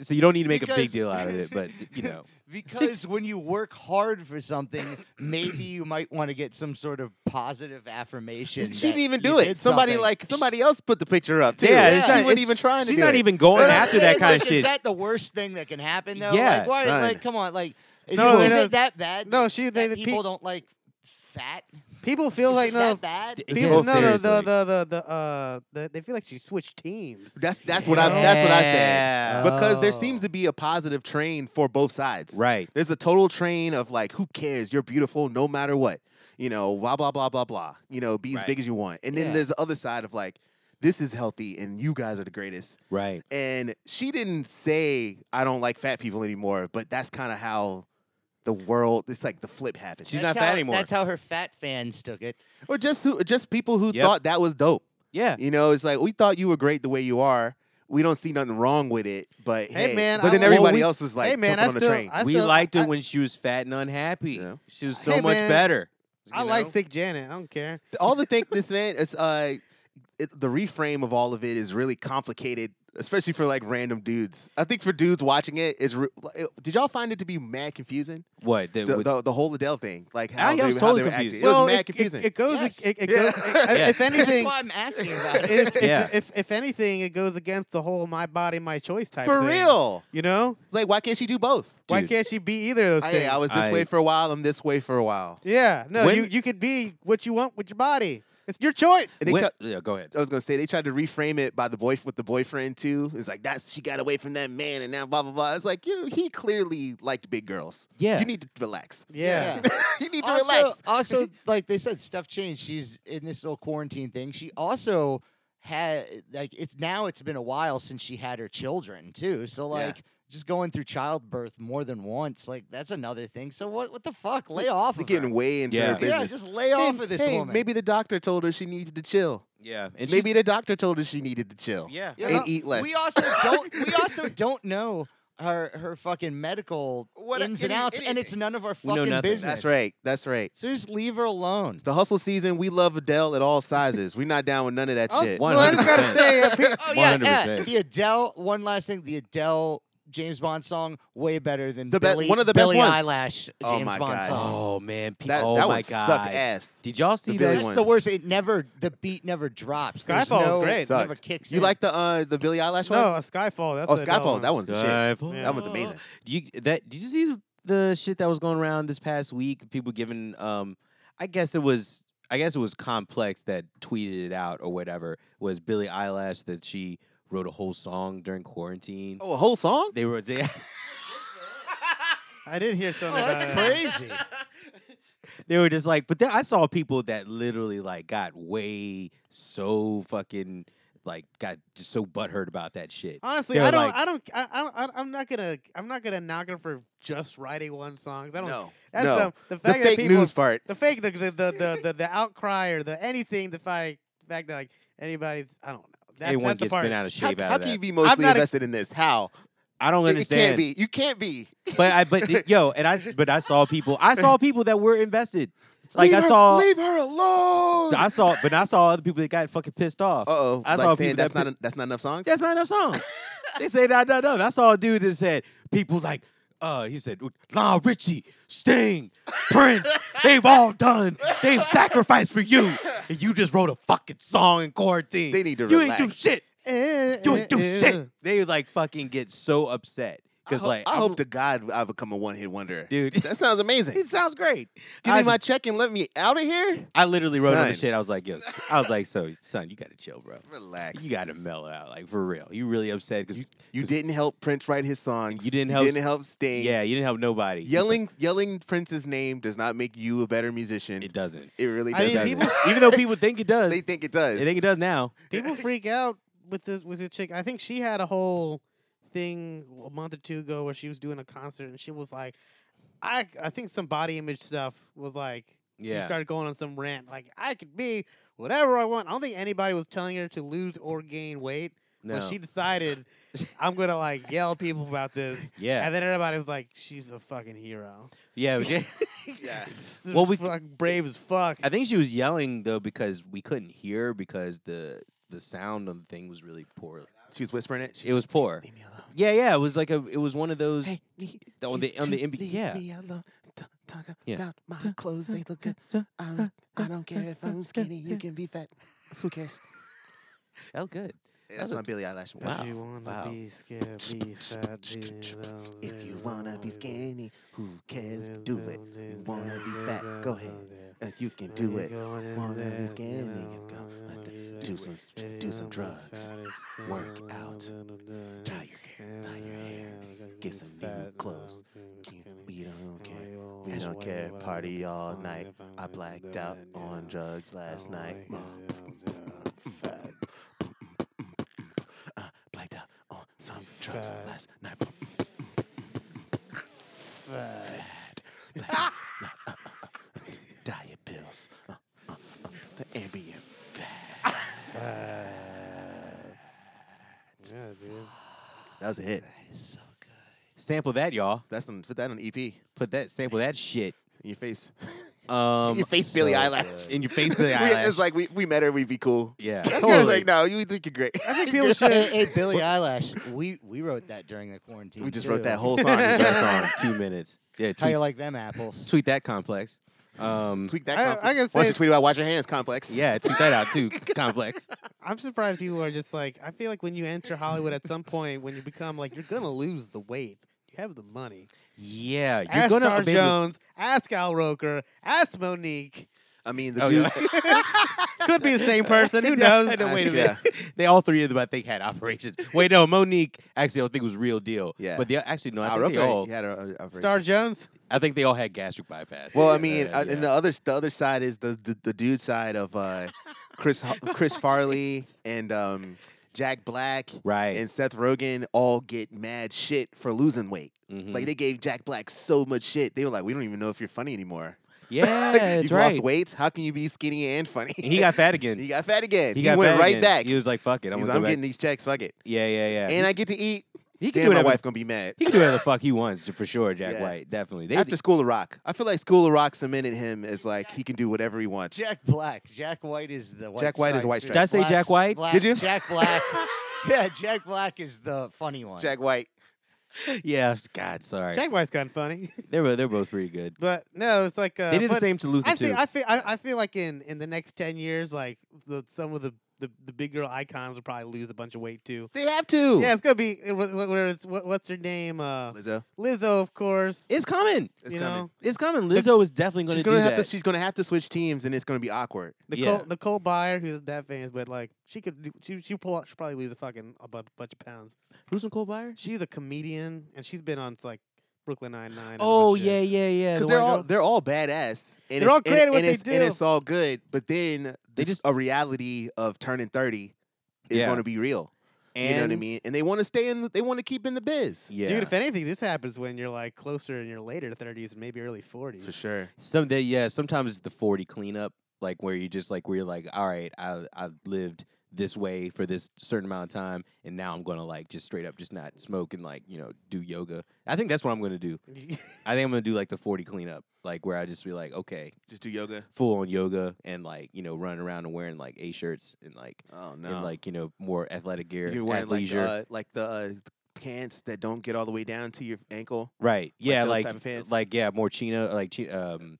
So you don't need to make a
Because-
big deal out of it. But you know,
Because when you work hard for something, maybe you might want to get some sort of positive affirmation.
she
that
didn't even
you
do it.
did
Somebody
something.
like somebody else put the picture up too.
Yeah, it's
she
not-
wasn't
it's-
even trying to
she's
do
not
it.
even going
But I'm
after that
saying,
kind of
like,
shit.
Is that the worst thing that can happen? Though,
Yeah,
like, why,
son.
like come on, like is
No,
it,
they
is
don't-
it that bad?
No, she they,
that
the
people
people
don't like fat.
people feel
Is
like
it
no.
that bad.
It's
People,
both
no, no,
theories,
the,
like-
the, the, the, uh, the, they feel like she switched teams.
That's that's what I that's what I said.
Yeah.
Because there
Oh.
seems to be a positive train for both sides.
right.
There's a total train of like, who cares? You're beautiful no matter what. You know, blah blah blah blah blah. You know, be as
Right.
big as you want. And then
Yeah.
there's the other side of like, this is healthy and you guys are the greatest.
Right.
And she didn't say I don't like fat people anymore, but that's kind of how the world it's like the flip happened.
She's
That's
not fat
how-
anymore.
That's how her fat fans took it.
or just who just people who
Yep.
thought that was dope.
Yeah.
You know, it's like we thought you were great the way you are. We don't see nothing wrong with it, but
Hey,
hey,
man,
But
I
then
wa-
everybody
we-
else was like
hey, man,
jumping
I
on the
still-
train.
I
we
still-
liked her
I-
when she was fat and unhappy.
Yeah.
She was so
Hey,
much
man.
better.
I
you
like
know?
thick Janet. I don't care.
all the thing this man is uh it, the reframe of all of it is really complicated especially for like random dudes i think for dudes watching it is re- it- did y'all find it to be mad confusing
what the,
the,
with-
the, the whole adele thing like
I
how they,
was
how
totally
they were
confused.
acting it
well,
was mad
it,
confusing
It, it goes.
Yes.
It, it
Yeah.
goes it- it-
Yes.
If
That's
anything,
why I'm asking about it.
if, if,
Yeah.
if if anything, it goes against the whole "my body, my choice" type.
for
thing,
real
you know?
it's like why can't she do both
Why
Dude.
can't she be either of those
hey
things?
i was this
I-
way for a while i'm this way for a while
yeah, no,
When-
you you could be what you want with your body. It's your choice.
And they
when-
cut-
yeah, go ahead.
I was gonna say they tried to reframe it by the boy with the boyfriend too. It's like that's she got away from that man and now blah blah blah. It's like you know he clearly liked big girls.
Yeah.
you need to relax.
Yeah.
you need to
also,
relax.
also, like they said, stuff changed. She's in this little quarantine thing. She also had like it's now it's been a while since she had her children too. So
Yeah.
like just going through childbirth more than once, like that's another thing. So what what the fuck? Lay off
They're
of
getting
her.
way into
Yeah.
their
Yeah,
business.
Yeah, just lay off of this
hey,
woman.
Maybe the doctor told her she needed to chill.
Yeah, and oh,
Maybe the doctor told her she needed to chill
yeah,
You
and
know,
eat less.
We also don't we also don't know her her fucking medical
What a-
ins and
any-
outs, and it's
anything.
none of our
We know nothing.
fucking
That's
business.
That's right. That's right.
So just leave her alone.
It's the hustle season. We love Adele at all sizes. We're not down with none of that
Also-
shit.
One
Well, I just gotta
100%.
say, uh, pe-
Oh yeah,
100%.
yeah, the Adele. One last thing, the Adele James Bond song way better than
The be-
Billie-
one of the best
Billie
ones.
Eyelash James
Oh my
Bond
God.
song.
Oh man, pe-
That,
oh
that
my
would
god.
suck ass.
Did y'all see
Billy
that?
That's
one.
the worst. It never the beat never drops. There's
Skyfall was
no,
great.
it Never
Sucked.
kicks.
You
in.
like the uh, the Billie Eilish
no,
one?
a Skyfall. That's
Oh,
a Adele
Skyfall, that
one.
one's the shit.
Skyfall.
Yeah.
That one's amazing.
Do you that? Did you see the, the shit that was going around this past week? People giving, um, I guess it was, I guess it was complex that tweeted it out or whatever. Was Billie Eilish that she wrote a whole song during quarantine?
Oh, a whole song?
They were they,
I did hear something.
Oh,
uh,
that's
about it.
crazy.
they were just like, but then I saw people that literally like got way so fucking like got just so butthurt about that shit.
Honestly,
They
I
were
don't,
like-
I don't, I, I, don't- I'm not gonna, I'm not gonna knock her for just writing one song. 'cause I don't.
No.
That's
no.
the, the
The
fact that
fake
people,
news part.
the fake, the the, the the the the outcry or the anything, the fact, fact that like anybody's, I don't know. That,
Everyone
that's
gets
the part.
bent out of
How,
shape out
how
of
can you
that.
be mostly
not a-
invested in this? How?
I don't
It-
understand.
It can't be. You can't be.
But I but th- yo, and I s- but I saw people. I saw people that were invested. Like
leave
I
her,
saw
Leave her alone.
I saw but I saw other people that got fucking pissed off.
Uh oh.
I
Like
saw
saying
people
that's
that
not that's not enough songs.
That's not enough songs. they say that not enough. I saw a dude that said people like uh he said Lon Richie, Sting, Prince, they've all done. They've sacrificed for you. And you just wrote a fucking song in quarantine.
They need to
You ain't do
relax.
shit.
Eh,
You
eh,
ain't do
eh.
shit. They like fucking get so upset. Cause
I, ho-
like
I
I'm-
hope to God I become a one hit wonder.
dude.
That sounds amazing.
It sounds great.
Give
I
me my
just-
check and let me out of here.
I literally wrote on the
Son.
shit. I was like, yo, I was like, so son, you gotta chill, bro.
Relax.
You gotta mellow out, like for real. You really upset because
You
'Cause-
didn't help Prince write his songs.
You didn't help-
You didn't help Sting.
yeah, you didn't help nobody. You
Yelling yelling Prince's name does not make you a better musician.
think- it doesn't.
It really
I mean,
does.
Doesn't.
not
people-
even though people think it does,
they
they,
think it does.
think it does now.
People freak out with this with the chick. I think she had a whole thing a month or two ago where she was doing a concert and she was like, I I think some body image stuff was like. She
Yeah.
started going on some rant like I could be whatever I want. I don't think anybody was telling her to lose or gain weight,
No.
but she decided I'm gonna like yell at people about this.
yeah,
And then everybody was like, "She's a fucking hero."
yeah. but she-
yeah.
Well, we-
fucking brave as fuck.
I think she was yelling though because we couldn't hear because the the sound on the thing was really poor.
She was whispering it. She
It was poor.
Leave me alone.
Yeah, yeah. It was like a. It was one of those.
Hey, need
the- on
you
the- on the
to
MB
leave
yeah.
me alone. T- talk
Yeah.
about my clothes. They look good. I'm, I don't care if I'm skinny. You can be fat. Who cares?
That was good.
That's my Billy Eyelash.
If
Wow.
you wanna
wow.
be scared, be fat, be loved,
If
be
you wanna be
loved,
skinny, who cares?
be
Do it.
loved,
You
be
wanna
loved,
be
be
fat? Go
loved,
ahead.
yeah.
Uh, you can
Are
do
you
it.
going in
Wanna
there?
be skinny?
You
You
know,
go.
wanna
Uh,
be
Do
loved.
some
If you
do some
wanna be
drugs.
fat, it's gonna
Work
be
out.
loved,
Dye
yeah,
your hair. Dye your hair.
yeah, you gotta be
Get some new
fat, loved,
clothes.
yeah,
Can-
skinny.
We don't
Oh,
care.
yo,
We don't
what-
care.
what I
Party
look
all
fine
night.
if I'm
I
gonna
blacked
do
out
it,
on
yeah.
drugs last
Oh my
night.
God, yeah, yeah, fat.
I blacked out on Oh, some
You
drugs
fat.
last night.
Fat.
Diet pills. Uh, uh, uh, The ambient fat.
Yeah, dude.
That was a hit.
Sample that, y'all.
That's some. Put that on EP. In
Put that. Sample that shit.
your face.
Um,
In your face, Billy
so
Eyelash.
good. In your face, Billy
We-
Eyelash.
It's like we, we met her, we'd be cool.
yeah,
It's
totally.
like, no, you think you're great. I think
Hey, hey, Billie Eyelash, we we wrote that during the quarantine.
We just
too.
wrote that whole song.
that song in two minutes. Yeah,
How you
tweet,
like them apples?
tweet that complex. Um,
Tweak that.
I- I
complex.
gotta
Once
say-
you tweet about wash your hands, complex.
yeah, tweet that out too. complex.
I'm surprised people are just like. I feel like when you enter Hollywood at some point, when you become like, you're gonna lose the weight. You have the money.
Yeah, you're
ask
gonna
Star
be able-
Jones. Ask Al Roker. Ask Monique.
I mean, the
Oh,
dude.
yeah.
Could be the same person. Who
Yeah,
knows?
I know,
I
wait a
see,
minute. They all three of them, I think, had operations. Wait, no, Monique actually, I don't think was real deal.
Yeah. Ah,
but they actually no, I
Al
think they
Roker,
all.
he had a- a- a-
Star Jones.
I think they all had gastric bypass.
Well, I
Yeah,
mean,
yeah,
uh, and the other the other side is the the, the dude side of uh, Chris Ho- Chris Farley and um, Jack Black
Oh, right.
and Seth Rogen all get mad shit for losing weight.
Mhm.
Like they gave Jack Black so much shit. They were like, we don't even know if you're funny anymore.
yeah, that's
You've
right.
lost weight. How can you be skinny and funny?
And he got fat again.
he got fat again.
He got
went
fat
right
again.
back.
He was like, "Fuck it, I'm
He's,
gonna
I'm
go back."
getting these checks. Fuck it.
Yeah, yeah, yeah.
And I get to eat.
He can
Damn,
do
my
whatever.
wife gonna be mad.
He can do whatever the fuck he wants for sure. Jack
Yeah.
White, definitely. They,
After School of Rock, I feel like School of Rock cemented him as like he can do whatever he wants.
Jack Black. Jack White is the white
Jack White is White
Stripes.
Did
I say
Black's-
Jack White?
Black-
Did you?
Jack Black. yeah, Jack Black is the funny one.
Jack White.
yeah. God, sorry.
Jack White's kind of funny,
They were they're both pretty good.
but no, it's like uh,
They did the
but
same to Luther
I
too.
think I feel I, I feel like in in the next ten years, like the, some of the, the the big girl icons will probably lose a bunch of weight too.
They have to.
Yeah, it's gonna be it wa- wa- where it's what, what's her name? Uh,
Lizzo.
Lizzo, of course.
it's coming.
It's
you
coming.
know
It's coming. Lizzo is definitely going
She's
to do
gonna have
that.
to. She's gonna have to switch teams, and it's gonna be awkward.
Nicole
Yeah.
Nicole Byer, who's that famous, but like she could do- she she pull out, she probably lose a fucking a bu- bunch of pounds.
Who's Nicole Byer?
She's a comedian and she's been on like Brooklyn Nine Nine.
Oh yeah, yeah, yeah. The
Because they're
white
all
girl.
they're all badass.
They're
And it's-
all great at
and,
what
and
they
it's, And
do.
it's all good, but then
They
they
just-
just a reality of turning thirty is
Yeah.
going to be real. you know what I
And-
mean? And they want to stay in. They want to keep in the biz.
yeah.
Dude, if anything, this happens when you're like closer in your later 30s and maybe early 40s.
For sure.
Some day, yeah. Sometimes it's the forty cleanup, like where you just like where you're like, all right, I I lived this way for this certain amount of time, and now I'm gonna like just straight up just not smoke and like you know do yoga. I think that's what I'm gonna do. I think I'm gonna do like the forty cleanup, like where I just be like, okay,
Just do yoga.
full on yoga and like you know running around and wearing like a shirts and like
Oh no.
and like you know more athletic gear,
You're wearing like the,
athleisure.
uh, like the uh, pants that don't get all the way down to your ankle.
Right. Yeah.
those
Like
type of pants?
like yeah, more chino, like chi- um,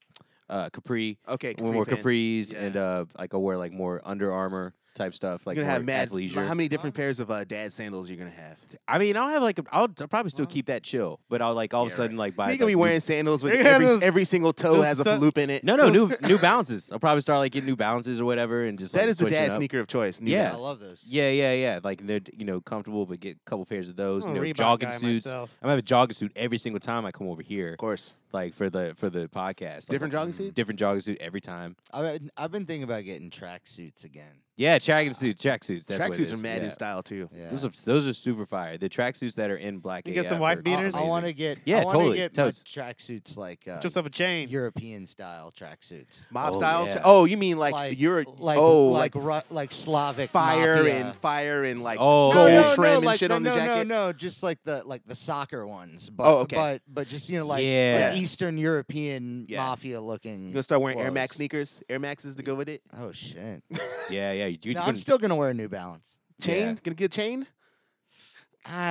uh, capri,
Okay,
more- more
pants.
capris, and
Yeah.
uh, like I wear like more Under Armour type stuff, like
you're gonna have
more
mad.
athleisure.
How many different pairs of uh, dad sandals you're gonna have?
I mean, I'll have like a, I'll, I'll probably still
Wow.
keep that chill, but I'll like all of a
Yeah,
sudden like buy.
You're
like,
gonna be
new-
wearing sandals with
You're gonna have
every,
those-
every single toe
those
has
stu-
a loop in it.
no, no, new New Balances. I'll probably start like getting New Balances or whatever, and just
That
like,
is the
switching
dad
up.
sneaker of choice. New
Yeah.
I
Yes.
love those.
Yeah, yeah, yeah. Like they're you know comfortable, but get a couple pairs of those.
I'm a
You know,
Reebok
jogging
guy
suits.
myself.
I'm gonna have a jogging suit every single time I come over here,
Of course.
like for the for the podcast. Like,
Different jogging suit?
Different jogging suit every time.
I've been, I've been thinking about getting track suits again.
Yeah, track suits, track suits. That's what it
Tracksuits are
is,
mad
yeah.
in style too.
Yeah.
Those are those are super fire. The tracksuits that are in black.
You get
AF
some wife
are
beaters?
I,
amazing.
want to get.
Yeah,
I wanna
totally,
Get
totes.
track suits like uh,
Just have a chain.
European style track suits.
Mob
Oh,
style.
yeah.
tra- Oh, you mean like, you're
like
oh
like
like,
Ru- like Slavic
fire
mafia.
and fire and like
Oh,
gold
okay.
no, no,
trim
no,
and
like,
shit
no,
on
no,
the jacket.
No, no, just like the like the soccer ones. But,
Oh, okay.
But but just you know like, like
Yeah.
Eastern European
Yeah.
mafia looking.
You gonna start wearing Air Max
clothes.
sneakers? Air Maxes to go with it.
Oh shit!
Yeah, yeah. You, you
no, I'm
can-
still gonna wear New Balance.
Chain?
Yeah.
Gonna get a chain?
I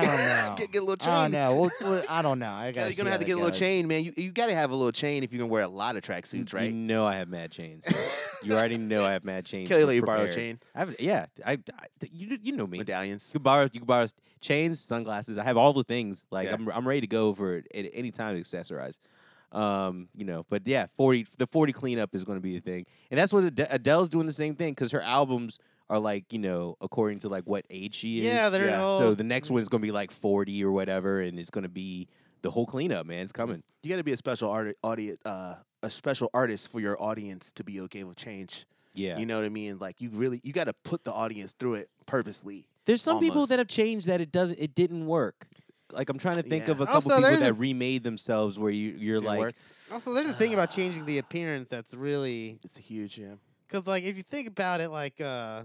don't know.
get, get a little chain.
I don't know. We'll, we'll, I don't know. I
Yeah,
gotta
you're
see
gonna
how
have to
that
get a little
goes.
chain, man. You you gotta have a little chain if you're gonna wear a lot of tracksuits,
You
right?
know I have mad chains. you already know I have mad chains.
Kelly
You're
let you borrow a
prepared.
chain,
I have, yeah, I, I you you know me. You
medallions.
can borrow you can borrow chains, sunglasses. I have all the things. Like
Yeah.
I'm I'm ready to go for it at any time to accessorize. Um, you know, but yeah, forty the forty cleanup is going to be the thing, and that's what Ade- Adele's doing the same thing because her albums are like you know according to like what age she is.
Yeah, they're
yeah,
all.
So the next one's gonna be like forty or whatever, and it's gonna be the whole cleanup, man. It's coming.
You gotta be a special art, audi- uh, a special artist for your audience to be okay with change.
Yeah.
You know what I mean? Like you really, you gotta put the audience through it purposely.
there's some people
almost.
that have changed that it doesn't it didn't work. Like I'm trying to think of
Yeah.
a couple
Also,
people
there's a-
that remade themselves where you you're
Didn't
like
work.
Also, there's a thing about changing the appearance that's really
It's a huge, yeah.
because like if you think about it like uh,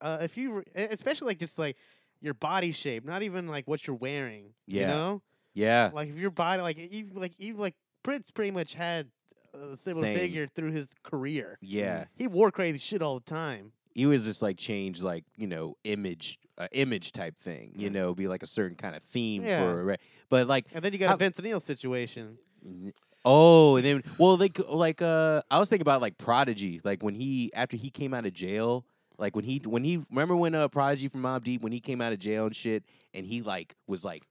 uh if you re- e- especially like just like your body shape not even like what you're wearing you
Yeah.
know
yeah.
like if your body like e, even like even like prince pretty much had a similar
Same.
figure through his career
Yeah.
he wore crazy shit all the time
He was just like change like, you know, image uh, image type thing, you
Mhm.
know, be like a certain kind of theme
Yeah.
for right. But like
and then you got
How-
a vince neil situation
N- Oh, and then well, like like uh, I was thinking about like Prodigy, like when he after he came out of jail, like when he when he remember when uh Prodigy from Mob Deep when he came out of jail and shit, and he like was like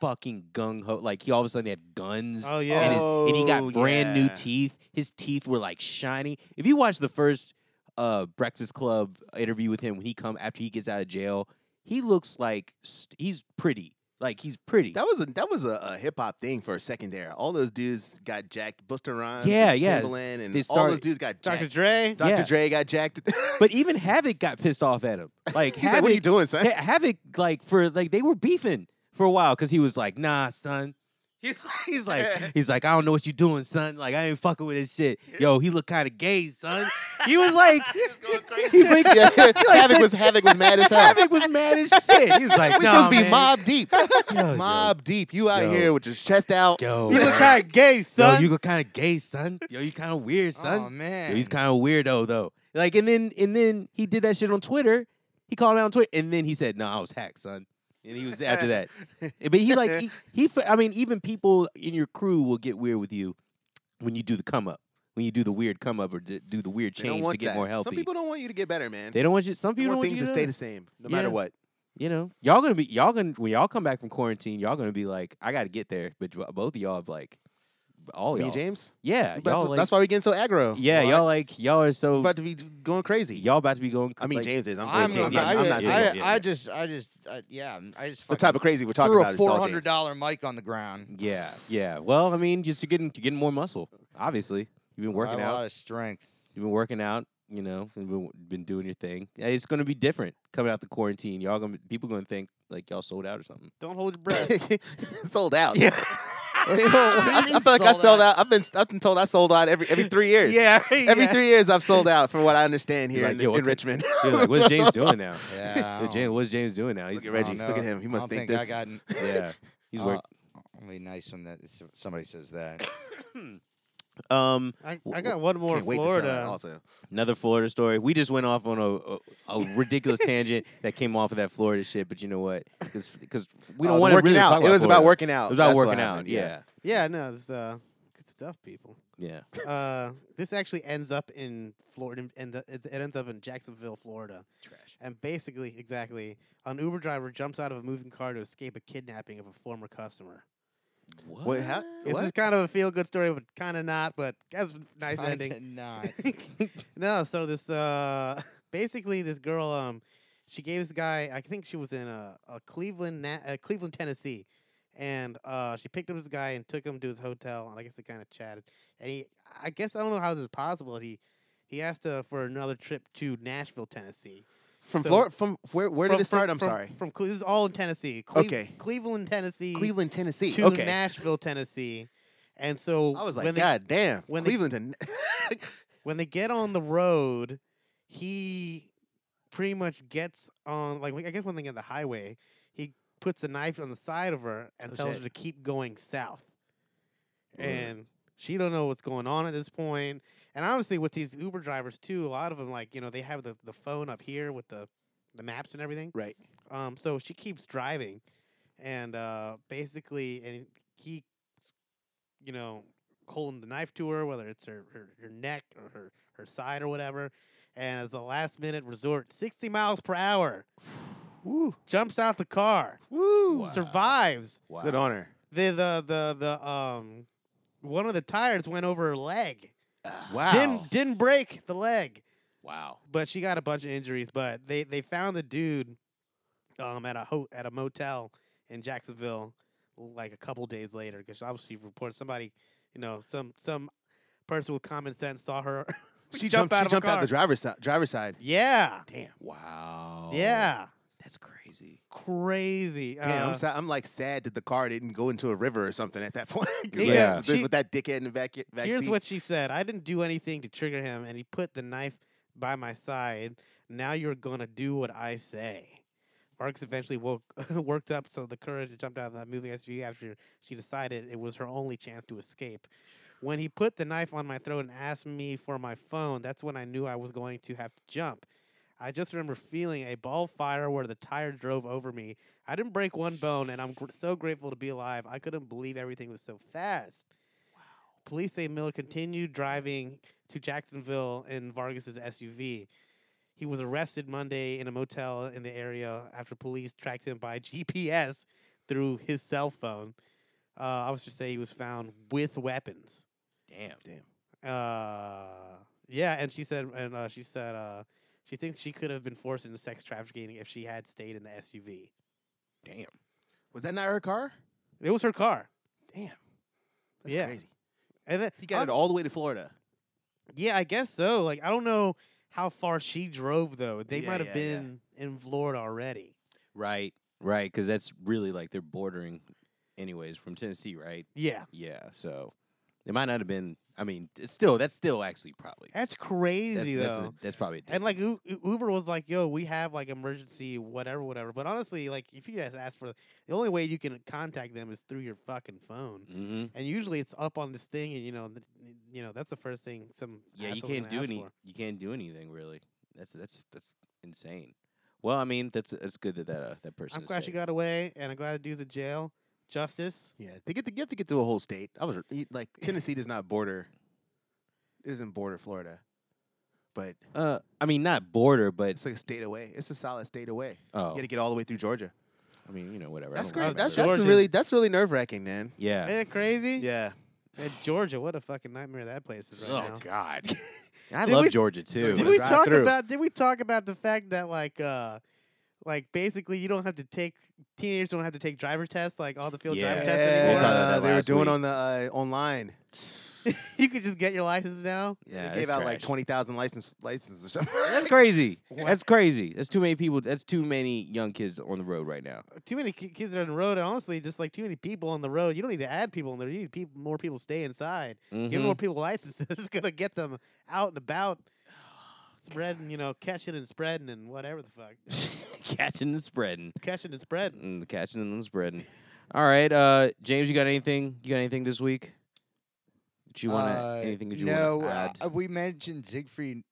fucking gung ho, like he all of a sudden had guns.
oh
And,
yeah
his, and he
Oh,
got brand new
yeah.
teeth. His teeth were like shiny. If you watch the first uh, Breakfast Club interview with him when he come after he gets out of jail, he looks like st- he's pretty. Like he's pretty.
That was a that was a, a hip hop thing for a second there. All those dudes got jacked. Busta Rhymes,
Yeah,
and
yeah.
Timbaland, and
They
all those
started-
dudes got
dr
jacked.
dre
Dr.
Yeah.
Dre got jacked.
But even Havoc got pissed off at him. Like
He's like,
Havoc,
what are you doing, son?
Ha- Havoc, like for like they were beefing for a while because he was like, "Nah, son." He's like, he's like, he's like, I don't know what you doing, son. Like I ain't fucking with this shit. Yo, he look kind of gay, son. He was like,
He was going crazy.
He wakes
Yeah, Havoc
said-
was Havoc was mad as hell.
Havoc was mad as shit. He's like,
We
no,
supposed to be
man.
mob deep,
Yo,
mob deep. You out
Yo.
here with your chest out.
Yo,
You look
man.
kind of gay,
Yo,
son.
you look kind of gay, son. Yo, you kind of weird, son.
Oh
Yo,
man,
he's kind of weirdo though. Like, and then and then he did that shit on Twitter. He called it out on Twitter, and then he said, "No, I was hacked, son." And he was after that. But he like he, he fe- I mean, even people in your crew will get weird with you when you do the come up, when you do the weird come up or d- do the weird
They don't
change to
want
get
that.
more healthy.
Some people don't want you to get better, man.
they don't want you. Some
They
people
want
don't
things
want you
to
to do
stay the
that.
same, no
Yeah.
matter what.
You know, y'all gonna be y'all gonna when y'all come back from quarantine, y'all gonna be like, I gotta get there. But dr- both of y'all like, all
Me,
y'all,
and James.
yeah,
That's,
y'all
wh-
like,
that's why we getting so aggro.
yeah,
Why?
y'all like y'all are so
We're about to be going crazy.
y'all about to be going.
I mean,
like,
James is. I'm,
I'm,
James,
saying
I'm,
James.
yes,
I,
I'm not
just-
saying
I,
yeah, yeah.
I just, I just, I, yeah, I'm- I just.
the
Fucking
type of crazy we're talking
threw
about.
a
is all
four hundred
James.
dollar mic on the ground.
Yeah, yeah. Well, I mean, just you're getting you're getting more muscle. Obviously, you've been
I
working
have a
out.
lot of strength.
You've been working out. You know, and been, been doing your thing. Uh, It's gonna be different coming out the quarantine. Y'all gonna people gonna think like y'all sold out or something.
Don't hold your breath.
sold out.
Yeah.
I, I feel like I
Sold
sold
out.
out. I've been I've been told I sold out every every three years.
Yeah,
Every three years I've sold out from what I understand
You're
here
like,
in, this-
yo,
in
okay.
Richmond.
Dude, like, what's James doing now?
Yeah. I
Yo,
don't-
James, what's James doing now? He's
Look at
I
Reggie.
don't
Look at
know.
him. He
I
must
don't
think,
think,
this.
I got. n-
yeah, he's
uh,
working.
It'll be nice when that if somebody says that.
Um,
I,
w-
I got one more
can't wait to sell out.
Florida.
Also,
another Florida story. We just went off on a, a, a ridiculous tangent that came off of that Florida shit, but you know what? Because we
Oh,
don't
the
want to
working
really
out.
talk about
It was
Florida.
about working out.
It was about
That's what
working out.
happened,
Yeah,
Yeah, no, it's uh, good stuff, people.
yeah.
Uh, this actually ends up in Florida, and it ends up in Jacksonville, Florida.
Trash.
And basically, exactly, an Uber driver jumps out of a moving car to escape a kidnapping of a former customer.
What?
What hap-
This is kind of a feel good story, but kind of not, but that's a nice
Kinda
ending.
Not.
no, so this uh basically this girl um she gave this guy I think she was in a, a Cleveland na- uh, Cleveland Tennessee and uh she picked up this guy and took him to his hotel and I guess they kind of chatted and he I guess I don't know how this is possible he he asked uh, for another trip to Nashville Tennessee
From
So-
Florida. From where? Where
From-
did it start?
from-
I'm
from-
sorry.
from Cle- this is all in Tennessee Cleve-
Okay.
Cleveland Tennessee
Cleveland, Tennessee.
to
okay.
Nashville Tennessee and so
I was like,
when they-
God damn.
when they-
Cleveland. to N-
when they get on the road, he pretty much gets on like I guess when they get on the highway, he puts a knife on the side of her and
Oh,
tells
shit.
her to keep going south.
Right.
And she don't know what's going on at this point. And honestly, with these Uber drivers too, a lot of them like you know they have the, the phone up here with the the maps and everything.
right.
Um, so she keeps driving, and uh, basically, and he, s- you know, holding the knife to her, whether it's her, her, her neck or her, her side or whatever. And as a last minute resort, 60 miles per hour,
Woo.
jumps out the car,
Woo.
Wow.
survives.
Wow.
Good honor.
The, the, the, the, um, one of the tires went over her leg.
Wow.
Didn't, didn't break the leg
Wow.
but she got a bunch of injuries. But they they found the dude um at a ho- at a motel in Jacksonville like a couple days later because obviously reported somebody you know some some person with common sense saw her.
she
jump
jumped.
out
She
of a
jumped out
car.
the driver's si- driver's side.
yeah,
Damn. Oh.
Wow.
yeah,
That's crazy.
crazy.
Damn,
Uh,
I'm, sa- I'm like sad that the car didn't go into a river or something at that point.
Yeah.
'Cause with
Yeah.
that- with,
She-
with that dickhead in the back, back
Here's
seat.
what she said: I didn't do anything to trigger him, and he put the knife by my side. Now you're gonna do what I say. Marks eventually woke, worked up, so the courage to jump out of that moving SUV after she decided it was her only chance to escape. When he put the knife on my throat and asked me for my phone, that's when I knew I was going to have to jump. I just remember feeling a ball fire where the tire drove over me. I didn't break one bone, and I'm gr- so grateful to be alive. I couldn't believe everything was so fast. Police say Miller continued driving to Jacksonville in Vargas's SUV. He was arrested Monday in a motel in the area after police tracked him by GPS through his cell phone. Uh, officers say he was found with weapons.
Damn.
Uh, yeah, and she said, and uh, she said, uh, she thinks she could have been forced into sex trafficking if she had stayed in the SUV.
Damn. Was that not her car?
It was her car,
Damn. That's
Yeah.
crazy.
and then
He got it all the way to Florida.
Yeah, I guess so. Like I don't know how far she drove though. They
Yeah,
might have
yeah, yeah.
been in Florida already.
Right. Right. Because that's really like they're bordering, anyways, from Tennessee, right?
Yeah.
Yeah. So it might not have been. I mean, it's still that's still actually probably
That's crazy
that's,
though.
That's, a- that's probably a
and like
distance.
U- U- Uber was like, "Yo, we have like emergency whatever, whatever." But honestly, like if you guys ask for the only way you can contact them is through your fucking phone,
Mhm.
and usually it's up on this thing, and you know, th- you know that's the first thing some
yeah, you
asshole's
can't
gonna
do
ask
any
for.
you can't do anything really. That's that's that's insane. Well, I mean, that's that's good that that uh, that person.
I'm
is
glad she
safe.
got away, and I'm glad the dude's in jail. Justice.
Yeah, they get to, you have to get through a whole state. I was you- like, Tennessee does not border, it doesn't border Florida, but
Uh, I mean, not border, but
it's like a state away. It's a solid state away. You
oh,
got to get all the way through Georgia.
I mean, you know, whatever. I
That's
don't really
great. That's,
remember.
that's
Georgia.
really that's really nerve wracking, man.
yeah. Oh,
Isn't it crazy?
Yeah,
And Georgia, what a fucking nightmare that place is right now.
God, I
Did
love
we-
Georgia too.
Did
Did
we
drive
talk
through.
about? Did we talk about the fact that like, uh like basically you don't have to take teenagers don't have to take driver tests like all the field driver
Yeah.
tests
We'll
anymore.
talk about that
they were
last
doing
week.
on the uh, online.
you could just get your license now.
Yeah,
they gave
it's
out like
trash.
twenty thousand license licenses or something.
That's crazy. That's crazy. That's too many people. That's too many young kids on the road right now.
Too many ki- kids are on the road, and honestly, just like too many people on the road. You don't need to add people in there. You need peop more people stay inside. Give
Mhm.
more people licenses. it's gonna get them out and about, spreading. You know, catching and spreading and whatever the fuck.
catching and spreading.
Catching and spreading.
Mm, the catching and the spreading. All right, uh, James, you got anything? You got anything this week? That you want to?
Uh,
anything that you
no,
want to add?
uh, we mentioned Siegfried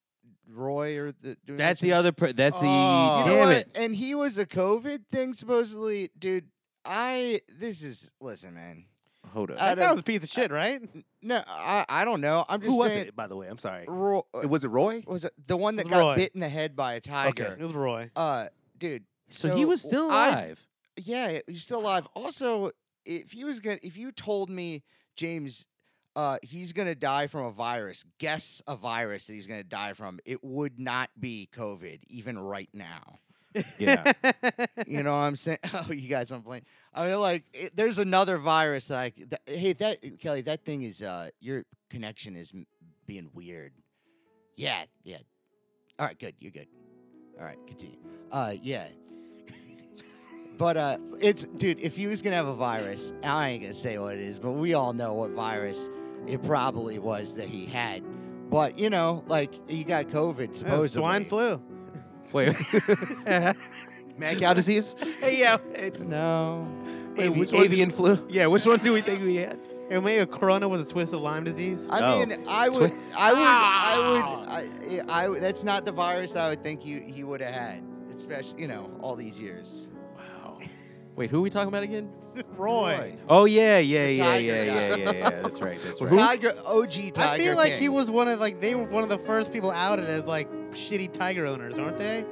Roy or the. doing
that's
this-
the other. Per- that's the.
Oh.
You know
damn
what?
it!
And he was a COVID thing supposedly, dude. I this is listen, man.
Hold up.
I
That guy
don't-
was a piece of shit, right?
No, I I don't know. I'm just
Who was
saying.
it, by the way? I'm sorry.
Roy,
It was it Roy?
was it the one that
was
got
Roy.
bit in the head by a tiger?
It was Roy.
Uh, dude.
so, he was still
I-
alive.
yeah, he's still alive. Also, if he was gonna, if you told me James, uh, he's gonna die from a virus, guess a virus that he's gonna die from, it would not be COVID, even right now.
yeah.
You know what I'm saying? Oh, you guys aren't playing. I mean, like, it, there's another virus that I. c- That, hey, that Kelly, that thing is. Uh, your connection is m- being weird. Yeah, yeah. All right, good. You're good. All right, continue. Uh, yeah. but uh, it's dude. If he was gonna have a virus, I ain't gonna say what it is, but we all know what virus it probably was that he had. But you know, like he got COVID
That
supposedly.
was swine flu.
Wait.
Mad cow disease?
Hey, yeah.
No.
Wait,
Avi-
which one
avian flu?
yeah. Which one do we think we had?
Hey, maybe a corona with a twist of Lyme disease.
I
Oh.
mean, I would, I would, I would, I, I, would- That's not the virus I would think you he would have had, especially you know all these years.
Wow. Wait, who are we talking about again?
Roy.
Oh yeah, yeah, yeah,
The
yeah,
tiger.
yeah, yeah, yeah. That's right. That's
Roy.
right.
Tiger, OG Tiger.
I feel like he
King.
was one of like they were one of the first people outed as like shitty tiger owners, aren't they?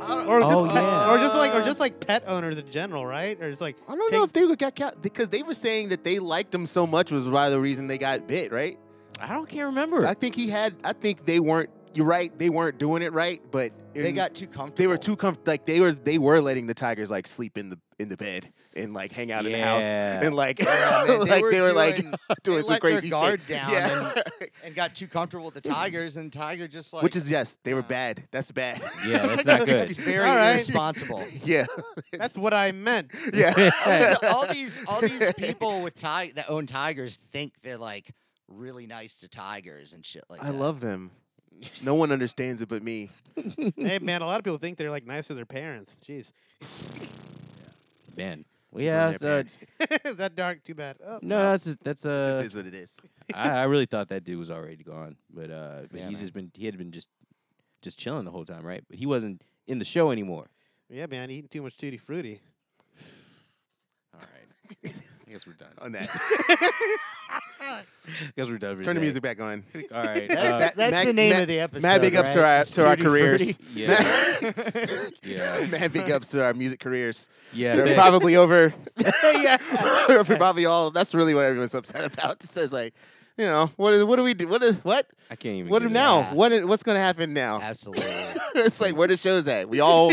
Or just
Oh,
pet-
yeah.
or just like or just like pet owners in general, right? Or just like
I don't
Take-
know if they would got cow because they were saying that they liked him so much was why the reason they got bit, right?
I don't can't remember.
I think he had. I think they weren't. You're right. They weren't doing it right, but
They
in-
got too comfortable.
They were too comfortable. Like they were. They were letting the tigers like sleep in the in the bed and like hang out in the house
Yeah.
and like
Yeah, man,
like
were
they were like
doing-
doing
they
some
let
crazy
their guard
shit.
down
Yeah.
and got too comfortable with the tigers, and tiger just like
Which is yes, they were
Yeah.
bad. That's bad.
Yeah, that's not
it's
good.
very
All right.
irresponsible.
yeah,
that's what I meant.
yeah.
So all these all these people with ti- that own tigers think they're like really nice to tigers and shit like
I
that.
love them. No one understands it but me.
hey man, a lot of people think they're like nice to their parents. Jeez,
Man. Well, yeah.
Their
it's, uh,
parents.
is that dark? Too bad. Oh.
no, that's that's
It just
uh.
is what it is.
I, I really thought that dude was already gone, but uh, but
Yeah,
he's
man.
just been he had been just just chilling the whole time, right? But he wasn't in the show anymore.
Yeah, man, eating too much tutti frutti.
All right. I guess we're done.
On that,
I guess we're done. For
turn
today.
the music back on.
All right.
That's,
uh,
Matt-
that's
Matt-
the name
Matt-
of the episode.
Mad big ups to our
right?
to our
Tutti Frutti.
careers.
yeah. yeah.
Mad big ups to our music careers.
Yeah.
They're
thanks.
probably over. yeah, They're probably all. That's really what everyone's upset about. It says like, you know, what is what do we do? What is what?
I can't even.
What
do that.
now?
Yeah.
What is, what's gonna happen now?
Absolutely.
it's like where the show's at. We all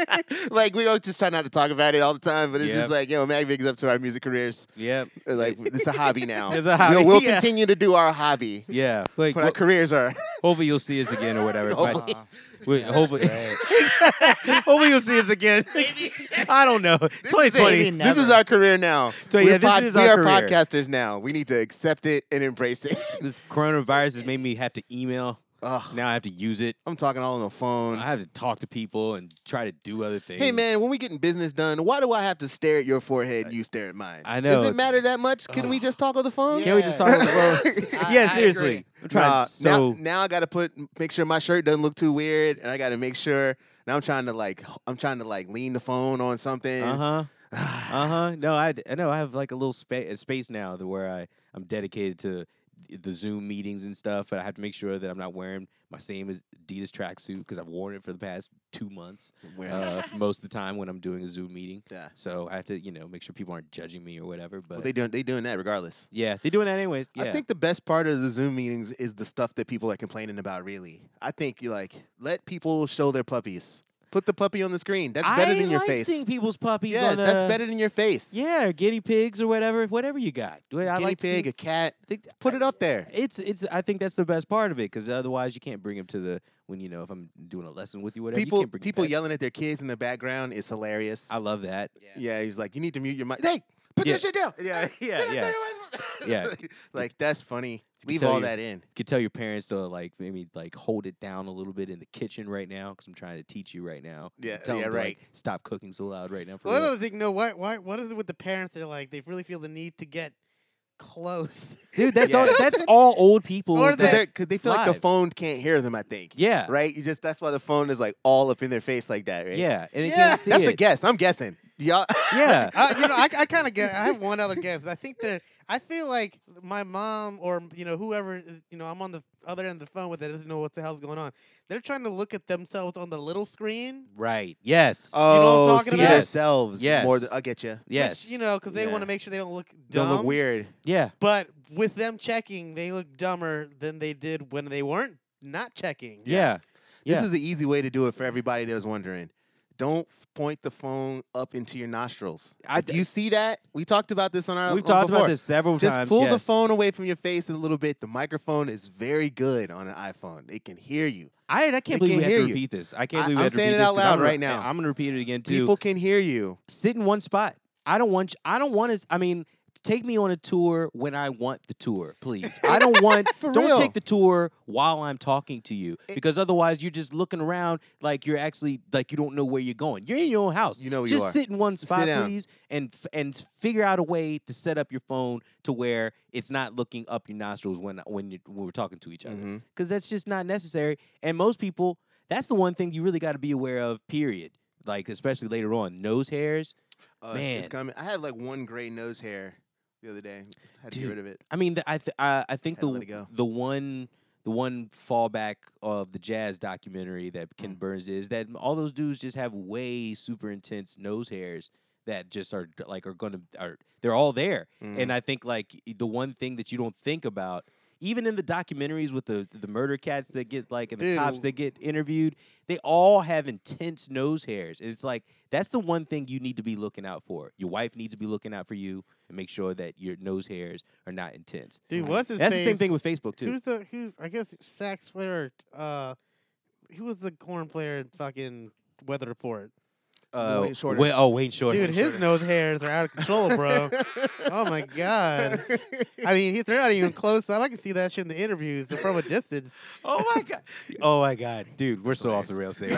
like we all just try not to talk about it all the time, but it's
Yep.
just like you know, Mag bigs up to our music careers.
Yep.
Uh, Like it's a hobby now.
It's a hobby,
We'll, we'll
yeah.
continue to do our hobby.
Yeah. Like
But our
ho-
careers are
hopefully you'll see us again or whatever. but-
Hopefully.
Uh,
wait,
yeah, that's
hopefully.
great.
Hopefully you'll see us again. I don't know. Twenty
Maybe
twenty.
never.
this is our career now.
So, yeah,
We're
this is
we
our
are
career.
podcasters now. We need to accept it and phrased it.
This coronavirus has made me have to email.
Ugh,
Now I have to use it.
I'm talking all on the phone.
I have to talk to people and try to do other things.
Hey man, when we getting business done, why do I have to stare at your forehead and you stare at mine?
I
Does
know.
it matter that much? Can we just talk on the phone?
Can't we just talk on the phone?
I-
yeah,
I
seriously.
agree.
I'm trying
Nah,
so.
now, now I gotta put make sure my shirt doesn't look too weird, and I gotta make sure. Now I'm trying to like h- I'm trying to like lean the phone on something.
Uh huh. uh huh. No, I d- I know I have like a little space space now that where I I'm dedicated to the Zoom meetings and stuff, but I have to make sure that I'm not wearing my same Adidas tracksuit because I've worn it for the past two months
Well,
uh, most of the time when I'm doing a Zoom meeting.
yeah.
So I have to you know make sure people aren't judging me or whatever. But
Well, they doing they doing that regardless.
yeah, they're doing that anyways. Yeah.
I think the best part of the Zoom meetings is the stuff that people are complaining about. Really, I think you like let people show their puppies. Put the puppy on the screen. That's better
I
than your
like
face.
seeing people's puppies.
yeah,
on the,
that's better than your face.
Yeah, or guinea pigs or whatever, whatever you got. Do it- I
guinea
like to see-
pig, a cat.
think-
Put it up there.
It's it's. I think that's the best part of it because otherwise you can't bring him to the when you know if I'm doing a lesson with you whatever. you
People
can't bring your
people
pet.
yelling at their kids in the background is hilarious.
I love that.
yeah, he's like, you need to mute your mic. Hey, put
Yeah.
that shit down.
Yeah, yeah, yeah. Yeah.
like that's funny.
can
Leave
tell
all
you-
that in.
You could tell your parents to like maybe like hold it down a little bit in the kitchen right now because I'm trying to teach you right now. You
Yeah,
could tell
Uh, yeah,
'em to,
right.
Like, Stop cooking so loud right now. For
Well,
real.
another thing, no, why, why, what is it with the parents that are like they really feel the need to get close?
Dude, that's all.
Yeah.
That's all old people.
Or
that-
they-
Because they feel like the
Live.
phone can't hear them. I think.
yeah,
Right. You just that's why the phone is like all up in their face like that. Right.
yeah, and they
Yeah,
can't see
That's a
it.
guess. I'm guessing. Y'all.
Yeah,
I, you know, I, I kind of get. I have one other guess. I think that I feel like my mom or you know whoever is, you know I'm on the other end of the phone with that doesn't know what the hell's going on. They're trying to look at themselves on the little screen.
right. Yes.
know what I'm
Oh,
talking
see
about?
themselves.
Yes.
More. Than, I'll get you.
yes.
Which, you know, because they want
Yeah.
to make sure they don't look dumb.
Don't look weird.
yeah.
But with them checking, they look dumber than they did when they weren't not checking.
Yeah. Yeah.
This is the easy way to do it for everybody that was wondering. Don't f- point the phone up into your nostrils.
I
if
d-
you see that, we talked about this on our.
We've
on
talked about
uh, before.
this several
Just
times.
pull the
yes.
phone away from your face a little bit. The microphone is very good on an iPhone. It can hear you.
I, I can't
They
believe
can't
we have
hear
to
you.
repeat this. I can't
I-
believe we
I'm
have to
saying
repeat
it
this
out
'cause
loud
I'm gonna-
right now.
I'm gonna repeat it again too.
People can hear you.
Sit in one spot. I don't want. I don't want to. I mean, take me on a tour when I want the tour, please. I don't want.
For
don't
real.
take the tour while I'm talking to you because otherwise you're just looking around like you're actually like you don't know where you're going. You're in your own house.
You know where you
just
are.
sit in one
S- sit
spot,
down.
please, and f- and figure out a way to set up your phone to where it's not looking up your nostrils when when, you when we're talking to each other
Mhm.
because that's just not necessary. And most people, that's the one thing you really got to be aware of. Period. Like especially later on, nose hairs.
Uh, it's-
Man.
it's coming. I had like one gray nose hair the other day. Had to
Dude.
get rid of it.
I mean, the, I th- I, I think
Had to
the
let it go.
the one the one fallback of the jazz documentary that
Mm.
Ken Burns is that all those dudes just have way super intense nose hairs that just are like are gonna are they're all there.
Mm.
And I think like the one thing that you don't think about, even in the documentaries with the the murder cats that get like and the cops
Dude.
that get interviewed, they all have intense nose hairs. And it's like that's the one thing you need to be looking out for. Your wife needs to be looking out for you and make sure that your nose hairs are not intense.
Dude, what's his
That's the same
face?
thing with Facebook too.
Who's the who's I guess sax player? Uh, who was the corn player in fucking Weather Report?
Uh,
Wayne Shorter.
Wa- oh, Wayne Shorter.
Dude, his
Shorter.
nose hairs are out of control, bro. oh my god! I mean, he- they're not even close. I can see that shit in the interviews from a distance.
Oh my god. Oh my god, dude, we're so off the rails. Say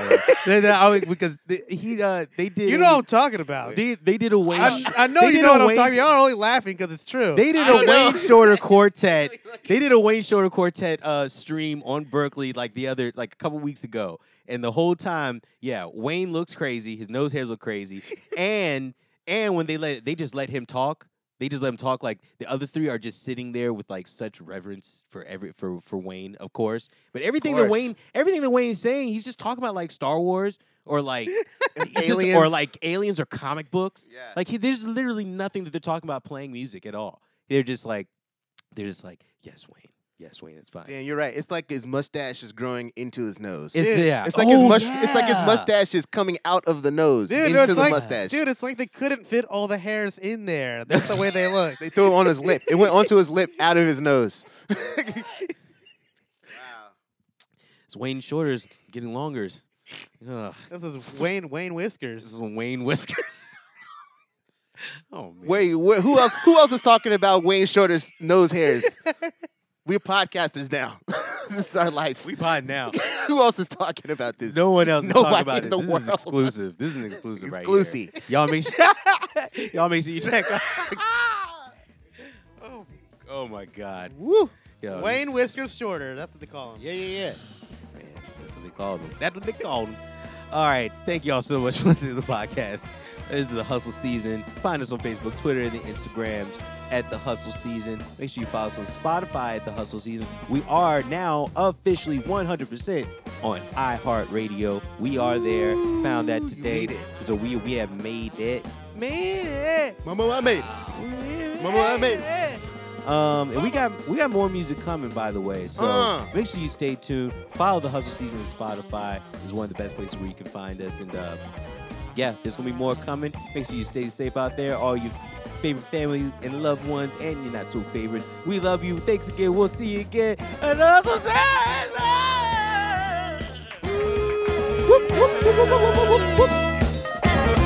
because they, he uh, they did.
You know what I'm talking about.
they they did a Wayne.
I,
Sh-
I know
they
you
did
know
a
what I'm
Wayne-
talking about. Y'all are only laughing because it's true.
They did
I
a
don't know.
Wayne Shorter quartet. They did a Wayne Shorter quartet uh, stream on Berkeley like the other like a couple weeks ago, and the whole time, yeah, Wayne looks crazy. His nose hairs look crazy, and and when they let they just let him talk. They just let him talk. Like the other three are just sitting there with like such reverence for every for for Wayne, of course. But everything that
course.
Wayne, everything that Wayne's saying, he's just talking about like Star Wars or like just- or
Aliens.
like aliens or comic books.
Yeah.
Like he, there's literally nothing that they're talking about playing music at all. They're just like, they're just like, yes, Wayne, yes, Wayne, it's fine.
Damn, you're right. It's like his mustache is growing into his nose.
It's,
Dude,
yeah.
It's like his
Oh,
mus- it's like his
yeah.
mustache is coming out of the nose
dude,
into
it's
the
like,
mustache.
dude, it's like they couldn't fit all the hairs in there. That's the way they look.
They threw it on his lip. It went onto his lip out of his nose.
It's Wayne Shorter's getting longer. Ugh,
This is Wayne Wayne
this
Whiskers.
is Wayne Whiskers. oh man.
Wait, wh- who else? Who else is talking about Wayne Shorter's nose hairs? We're podcasters now. this is our life.
We pod now.
Who else is talking about this?
No one else is
Nobody
talking about this.
in the
This is
world.
exclusive. This is an exclusive right here.
Exclusive.
Y'all make sure y'all make sure you check out. oh, oh my God.
Woo.
Yo,
Wayne
this-
Whiskers Shorter. That's what they call him.
Yeah, yeah, yeah.
man, that's what they called him.
That's what they call him.
All right. Thank you all so much for listening to the podcast. This is the Hustle Season. Find us on Facebook, Twitter, and the Instagrams at the Hustle Season. Make sure you follow us on Spotify at the Hustle Season. We are now officially 100% on iHeartRadio. We are there. Found that
Ooh, you
today.
made it.
So we we have made it. Made it.
Mama, I made. it. Mama, I made. it.
Um, and we got we got more music coming, by the way. So
Uh.
make sure you stay tuned. Follow the Hustle Season on Spotify. is one of the best places where you can find us. And uh, yeah, there's gonna be more coming. Make sure you stay safe out there. All your favorite family and loved ones, and your not so favorite. We love you. Thanks again. We'll see you again. And the Hustle Season. Whoop, whoop, whoop, whoop, whoop, whoop, whoop, whoop.